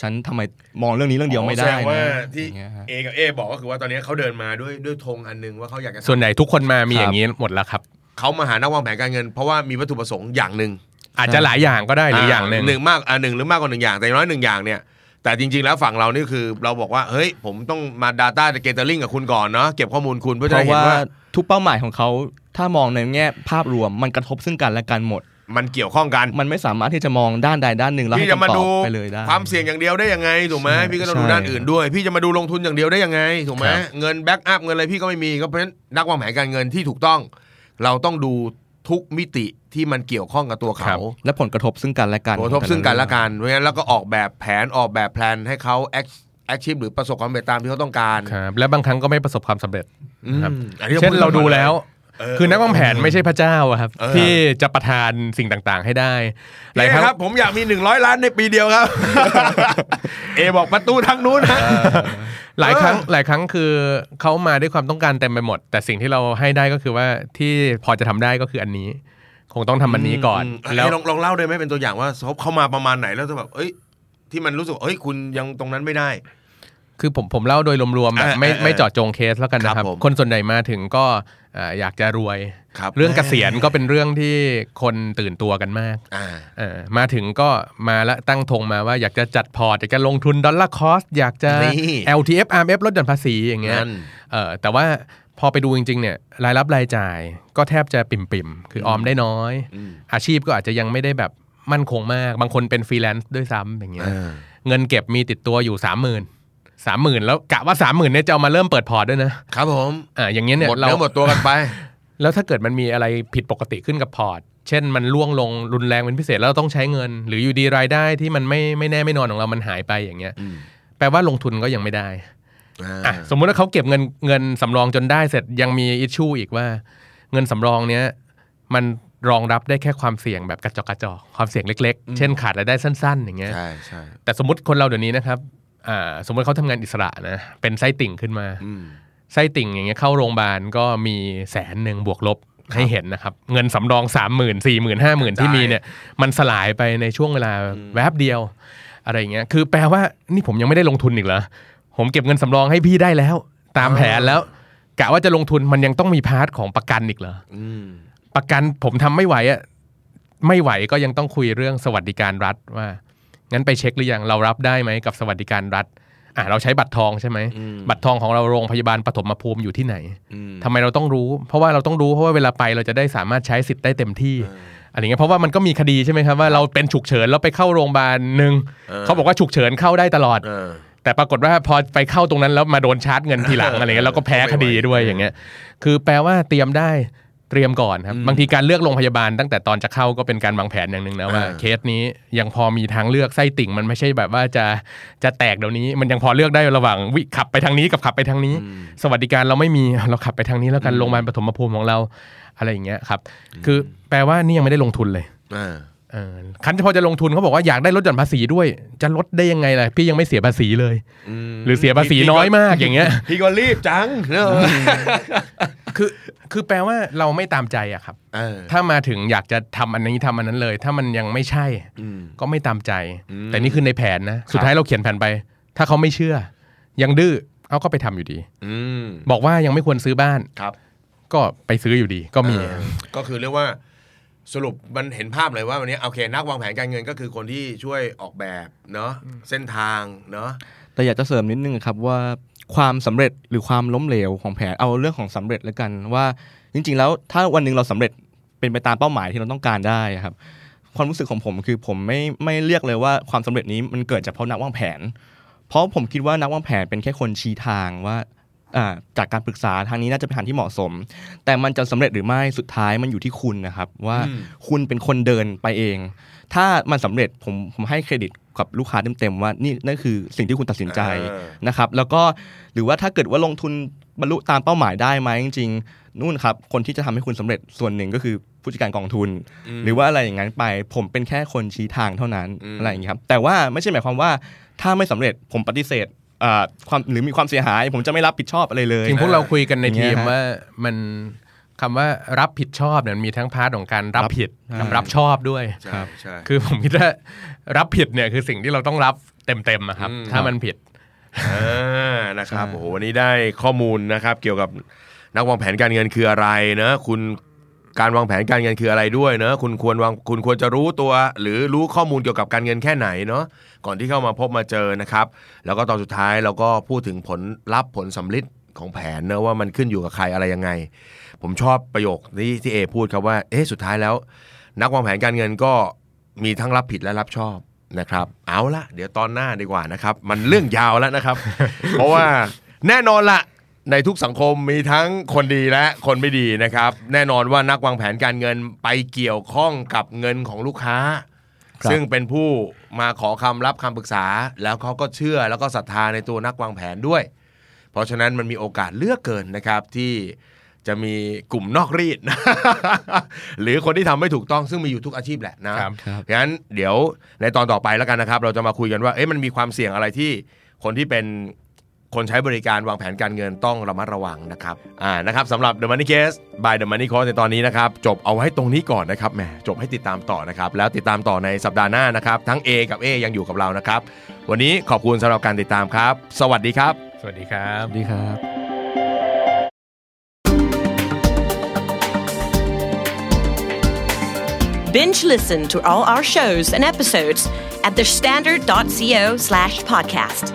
Speaker 3: ฉันทำไมมองเรื่องนี้เรื่องเดียวไม่ได้
Speaker 1: แสดงว่า
Speaker 3: นะ
Speaker 1: ที่
Speaker 3: อย่างเงี้ยฮะ
Speaker 1: เอกับเอบอกก็คือว่าตอนนี้เขาเดินมาด้วยด้วยธงอันหนึงว่าเขาอยากจะ
Speaker 2: ส่วนใหญ่ทุกคนมามี
Speaker 3: ครับ
Speaker 2: อย่างนี้หมดแล้วครับ
Speaker 1: เขามาหานักวางแผนการเงิน เพราะว่ามีวัตถุประสงค์อย่างหนึ่ง
Speaker 2: อาจจะหลายอย่างก็ได้หรืออย่างหนึ่ง
Speaker 1: หนึ่งมากอ่าหนึ่งหรือมากกว่าหนึ่งอย่างแต่อย่างน้อยหนึ่งอย่างเนี่ย แต่จริง ๆ แล้วฝั่งเรานี่คือเราบอกว่าเฮ้ยผมต้องมา Data g a t h e r i n g กับคุณก่อนเนาะเก็บข้อมูลคุณเพื่อ
Speaker 3: เพ
Speaker 1: จะได้
Speaker 3: ราะ
Speaker 1: เห็น
Speaker 3: ว่า
Speaker 1: ว่า
Speaker 3: ทุกเป้าหมายของเขาถ้ามองในแง่ภาพรวมมันกระทบซึ่งกันและกันหมด
Speaker 1: มันเกี่ยวข้องกัน
Speaker 3: มันไม่สามารถที่จะมองด้านใดด้านหนึ่งแล้วให้
Speaker 1: พี่จะมา
Speaker 3: คำตอ
Speaker 1: ดู
Speaker 3: บไปเลยได้
Speaker 1: ความเสี่ยงอย่างเดียวได้ยังไงถูกไหม
Speaker 3: ใช่
Speaker 1: พี่ก็ต้องดู
Speaker 3: ใช่
Speaker 1: ด้านอื่นด้วย พี่จะมาดูลงทุนอย่างเดียวได้ยังไงถูกไหม
Speaker 3: ครับ
Speaker 1: เงินแบ็กอัพเงินอะไรพี่ก็ไม่มีก็เพราะฉะนั้นนักวางแผนการเงินที่ถูกต้อง เราต้องดูทุกมิติที่มันเกี่ยวข้องกับตัว
Speaker 2: ครั
Speaker 1: เขา
Speaker 2: บ
Speaker 3: และผลกระทบซึ่งกันและกัน
Speaker 1: ผลกระทบซึ่งกันและกันเพราะงั้นแล้วก็ออกแบบแผนออกแบบแพลนให้เขาแอคชีพหรือประสบความสำเร็จตามที่เขาต้องการ
Speaker 2: ครับและบางครั้งก็ไม่ประสบความสำเร็จ
Speaker 1: อืม
Speaker 2: ครับ
Speaker 1: อันนี้
Speaker 2: เช่น
Speaker 1: พู
Speaker 2: เราดูแล้ว
Speaker 1: เออ
Speaker 2: คือนักวางแผนไม่ใช่พระเจ้าอะครับ
Speaker 1: เออ
Speaker 2: ที่จะประทานสิ่งต่างๆ ให้ได้หลาย
Speaker 1: เอ๊ะ
Speaker 2: ครั้ง
Speaker 1: ครับผมอยากมี 100 ล้านในปีเดียวครับ เอบอกประตูทางนู้นนะ
Speaker 2: หลายครั้งหลายครั้งคือเขามาด้วยความต้องการเต็มไปหมด แต่สิ่งที่เราให้ได้ก็คือว่าที่พอจะทำได้ก็คืออันนี้ คงต้องทำอันนี้ก่อน
Speaker 1: มม
Speaker 2: แล้ว
Speaker 1: เยลองลองเล่าได้ไหมเป็นตัวอย่างว่าเขาเข้ามาประมาณไหนแล้วจะแบบเอ้ย ที่มันรู้สึกเอ้ยคุณยังตรงนั้นไม่ได้
Speaker 2: คือผมผมเล่าโดยรวมๆแบบ
Speaker 1: อ่า
Speaker 2: ไม่
Speaker 1: อ่า
Speaker 2: ไม่เจาะจงเคสแล้วกันนะค
Speaker 1: ครั
Speaker 2: รับ
Speaker 1: บผม
Speaker 2: คนส่วนใหญ่มาถึงก็เอ่ออยากจะรวย
Speaker 1: ครับ
Speaker 2: เรื่องเกษียณก็เป็นเรื่องที่คนตื่นตัวกันมาก
Speaker 1: อ่า
Speaker 2: เอ่อมาถึงก็มาละตั้งธงมาว่าอยากจะจัดพอร์ตอยากจะลงทุนดอลลาร์คอสอยากจะ
Speaker 1: นี่
Speaker 2: LTF RMF ลดหย่อนภาษีอย่างเงี้ย
Speaker 1: นั่น
Speaker 2: เออแต่ว่าพอไปดูจริงๆเนี่ยรายรับรายจ่ายก็แทบจะปิ่มๆ คือออมได้น้อย อาชีพก็อาจจะยังไม่ได้แบบมั่นคงมาก บางคนเป็นฟรีแลนซ์ด้วยซ้ำอย่างเงี้ย
Speaker 1: เออ
Speaker 2: เงินเก็บมีติดตัวอยู่สามหมื่นสามหมื่นแล้วกะว่าสามหมื่นเนี่ยจะเอามาเริ่มเปิดพอร์ตด้วยนะครับ
Speaker 1: ผม
Speaker 2: อ่าอย่างเงี้ยเนี่ย
Speaker 1: หมด
Speaker 2: เรา
Speaker 1: เนื้อหมดตัวกันไป
Speaker 2: แล้วถ้าเกิดมันมีอะไรผิดปกติขึ้นกับพอร์ต เช่นมันล่วงลงรุนแรงเป็นพิเศษแล้วเราต้องใช้เงิน หรืออยู่ดีรายได้ที่มันไม่ไม่แน่ไม่นอนของเรามันหายไปอย่างเงี้ยแปลว่าลงทุนก็ยังไม่ได้ อ่ะสมมุติว่าเขาเก็บเงินเงินสำรองจนได้เสร็จยังมีอิชชูอีกว่า เงินสำรองเนี้ยมันรองรับได้แค่ความเสี่ยงแบบกระจอกกระจอกความเสี่ยงเล็ก ๆ เช่นขาดรายได้สั้น ๆ อย่างเงี้ย
Speaker 1: ใช่ใช่
Speaker 2: แต่สมมติคนเราเดี๋ยวนี้นะครับอ่าสมมติเขาทำงานอิสระนะเป็นไส้ติ่งขึ้นมา
Speaker 1: อืม
Speaker 2: ไส้ติ่งอย่างเงี้ยเข้าโรงพยาบาลก็มีแสนหนึ่งบวกลบให้เห็นนะครับ เงินสำรองสามหมื่นสี่หมื่นห้าหมื่นที่มีเนี่ยมันสลายไปในช่วงเวลาแวบเดียวอะไรอย่างเงี้ยคือแปลว่านี่ผมยังไม่ได้ลงทุนอีกเหรอ ผมเก็บเงินสำรองให้พี่ได้แล้ว ตามแผนแล้ว กะว่าจะลงทุนมันยังต้องมีพาร์ทของประกันอีกเหรออประกันผมทำไม่ไหวอะไม่ไหวก็ยังต้องคุยเรื่องสวัสดิการรัฐว่า งั้นไปเช็คหรือยังเรารับได้ไหมกับสวัสดิการรัฐอ่ะเราใช้บัตรทองใช่ไหมบัตรทองของเราโรงพยาบาลปฐมภูมิอยู่ที่ไหนทำไมเราต้องรู้ เพราะว่าเราต้องรู้เพราะว่าเวลาไปเราจะได้สามารถใช้สิทธิ์ได้เต็มที่อะไรเงี้ยเพราะว่ามันก็มีคดีใช่ไหมครับว่าเราเป็นฉุกเฉินแล้วไปเข้าโรงพยาบาลหนึ่งเขาบอกว่าฉุกเฉินเข้าได้ตลอด
Speaker 1: เออ
Speaker 2: แต่ปรากฏว่าพอไปเข้าตรงนั้นแล้วมาโดนชาร์จเงินทีหลัง อะไรเงี้ยแล้วก็แพ้คดีด้วยอย่างเงี้ย คือแปลว่าเตรียมได้เตรียมก่อนครับบางทีการเลือกโรงพยาบาลตั้งแต่ตอนจะเข้าก็เป็นการวางแผนอย่างหนึ่งนะว่า
Speaker 1: อ่า
Speaker 2: เคสนี้ยังพอมีทางเลือกไส้ติ่ง มันไม่ใช่แบบว่าจะจะแตกเดี๋ยวนี้ มันยังพอเลือกได้ระหว่างวิขับไปทางนี้กับขับไปทางนี้ สวัสดิการเราไม่มี เราขับไปทางนี้แล้วกันโรงพยาบาลปฐมภูมิของเราอะไรอย่างเงี้ยครับ คือแปลว่านี่ยังไม่ได้ลงทุนเลย
Speaker 1: เออ
Speaker 2: เออคันพอจะลงทุนเขาบอกว่าอยากได้ลดหย่อนภาษีด้วย จะลดได้ยังไงล่ะ พี่ยังไม่เสียภาษีเลย หรือเสียภาษีน้อยมากอย่างเงี้ย
Speaker 1: พี่ก็รีบจังเนอะ
Speaker 2: คือคือแปลว่าเราไม่ตามใจอะครับ
Speaker 1: เออ
Speaker 2: ถ้ามาถึงอยากจะทำอันนี้ทำอันนั้นเลย ถ้ามันยังไม่ใช่
Speaker 1: อืม
Speaker 2: ก็ไม่ตามใจ
Speaker 1: อืม
Speaker 2: แต่นี่คือในแผนนะสุดท้ายเราเขียนแผนไป ถ้าเขาไม่เชื่อ ยังดื้อเอาก็ไปทำอยู่ดี
Speaker 1: อืม
Speaker 2: บอกว่ายังไม่ควรซื้อบ้าน
Speaker 1: ครับ
Speaker 2: ก็ไปซื้ออยู่ดี ก็มี
Speaker 1: เออก็คือเรียกว่าสรุปมันเห็นภาพเลยว่าวันนี้โอเคนักวางแผนการเงินก็คือคนที่ช่วยออกแบบเนาะเส้นทางเนาะ
Speaker 3: แต่อยากจะเสริมนิดนึงครับว่าความสำเร็จหรือความล้มเหลวของแผนเอาเรื่องของสำเร็จแล้วกันว่าจริง ๆ แล้วถ้าวันหนึ่งเราสำเร็จเป็นไปตามเป้าหมายที่เราต้องการได้ครับ ความรู้สึกของผมคือผมไม่ไม่เรียกเลยว่าความสำเร็จนี้มันเกิดจากเพราะนักวางแผน เพราะผมคิดว่านักวางแผนเป็นแค่คนชี้ทางว่าอ่าจากการปรึกษาทางนี้น่าจะเป็นทางที่เหมาะสม แต่มันจะสำเร็จหรือไม่สุดท้ายมันอยู่ที่คุณนะครับ ว่า
Speaker 1: อืม
Speaker 3: คุณเป็นคนเดินไปเอง ถ้ามันสำเร็จผมผมให้เครดิตกับลูกค้าเต็มๆว่านี่นั่นคือสิ่งที่คุณตัดสินใจ
Speaker 1: เออ
Speaker 3: นะครับแล้วก็หรือว่าถ้าเกิดว่าลงทุนบรรลุตามเป้าหมายได้ไหมจริงๆนู่นครับคนที่จะทำให้คุณสำเร็จส่วนหนึ่งก็คือผู้จัดการกองทุน หรือว่าอะไรอย่างนั้นไป ผมเป็นแค่คนชี้ทางเท่านั้น
Speaker 1: อืม
Speaker 3: อะไรอย่างนี้ครับแต่ว่าไม่ใช่หมายความว่าถ้าไม่สำเร็จผมปฏิเสธอ่าความหรือมีความเสียหาย ผมจะไม่รับผิดชอบอะไรเลย
Speaker 2: จริงๆพวกเราคุยกันใน
Speaker 3: อย่างเงี้
Speaker 2: ที
Speaker 3: ย
Speaker 2: ม
Speaker 3: ฮะ
Speaker 2: ว่ามันคำว่ารับผิดชอบเนี่ยมันมีทั้งพาร์ทของการรับ
Speaker 3: รับ
Speaker 2: ผิดกับ
Speaker 3: ใช่
Speaker 2: รับชอบด้วย
Speaker 1: ใช่ใช่
Speaker 2: คือผมคิดว่ารับผิดเนี่ยคือสิ่งที่เราต้องรับเต็มๆนะครับ
Speaker 1: อืม
Speaker 2: ถ้ามันผิด
Speaker 1: อ่านะครับโอ้โหวันนี้ได้ข้อมูลนะครับเกี่ยวกับนักวางแผนการเงินคืออะไรเนอะคุณการวางแผนการเงินคืออะไรด้วยเนอะคุณควรวางคุณควรจะรู้ตัว หรือรู้ข้อมูลเกี่ยวกับการเงินแค่ไหนเนอะก่อนที่เข้ามาพบมาเจอนะครับ แล้วก็ตอนสุดท้ายเราก็พูดถึงผลลัพธ์ผลสำลิดของแผนเนอะว่ามันขึ้นอยู่กับใครอะไรยังไง ผมชอบประโยคที่ที่เอพูดครับว่าเอ๊ะสุดท้ายแล้ว นักวางแผนการเงินก็มีทั้งรับผิดและรับชอบนะครับ เอาละเดี๋ยวตอนหน้าดีกว่านะครับ มันเรื่องยาวแล้วนะครับ เพราะว่าแน่นอนละในทุกสังคมมีทั้งคนดีและคนไม่ดีนะครับ แน่นอนว่านักวางแผนการเงินไปเกี่ยวข้องกับเงินของลูกค้า
Speaker 3: ครับ
Speaker 1: ซึ่งเป็นผู้มาขอคำรับคำปรึกษา แล้วเขาก็เชื่อแล้วก็ศรัทธาในตัวนักวางแผนด้วย เพราะฉะนั้นมันมีโอกาสเหลือกเกินนะครับที่จะมีกลุ่มนอกรีด หรือคนที่ทำไม่ถูกต้องซึ่งมีอยู่ทุกอาชีพแหละนะครับ
Speaker 3: ครับ
Speaker 1: เพราะฉะนั้นเดี๋ยวในตอนต่อไปแล้วกันนะครับ เราจะมาคุยกันว่าเอ๊ะมันมีความเสี่ยงอะไรที่คนที่เป็นคนใช้บริการวางแผนการเงินต้องระมัดระวังนะครับอ่านะครับสำหรับ The Money Case by The Money Coach ในตอนนี้นะครับ จบเอาไว้ตรงนี้ก่อนนะครับแหมจบให้ติดตามต่อนะครับ แล้วติดตามต่อในสัปดาห์หน้านะครับ ทั้ง A กับ A ยังอยู่กับเรานะครับ วันนี้ขอบคุณสำหรับการติดตามครับ สวัสดีครับ
Speaker 2: สวัสดีครับ
Speaker 3: ดีครับ
Speaker 5: Binge listen to all our shows and episodes at thestandard.co slash podcast.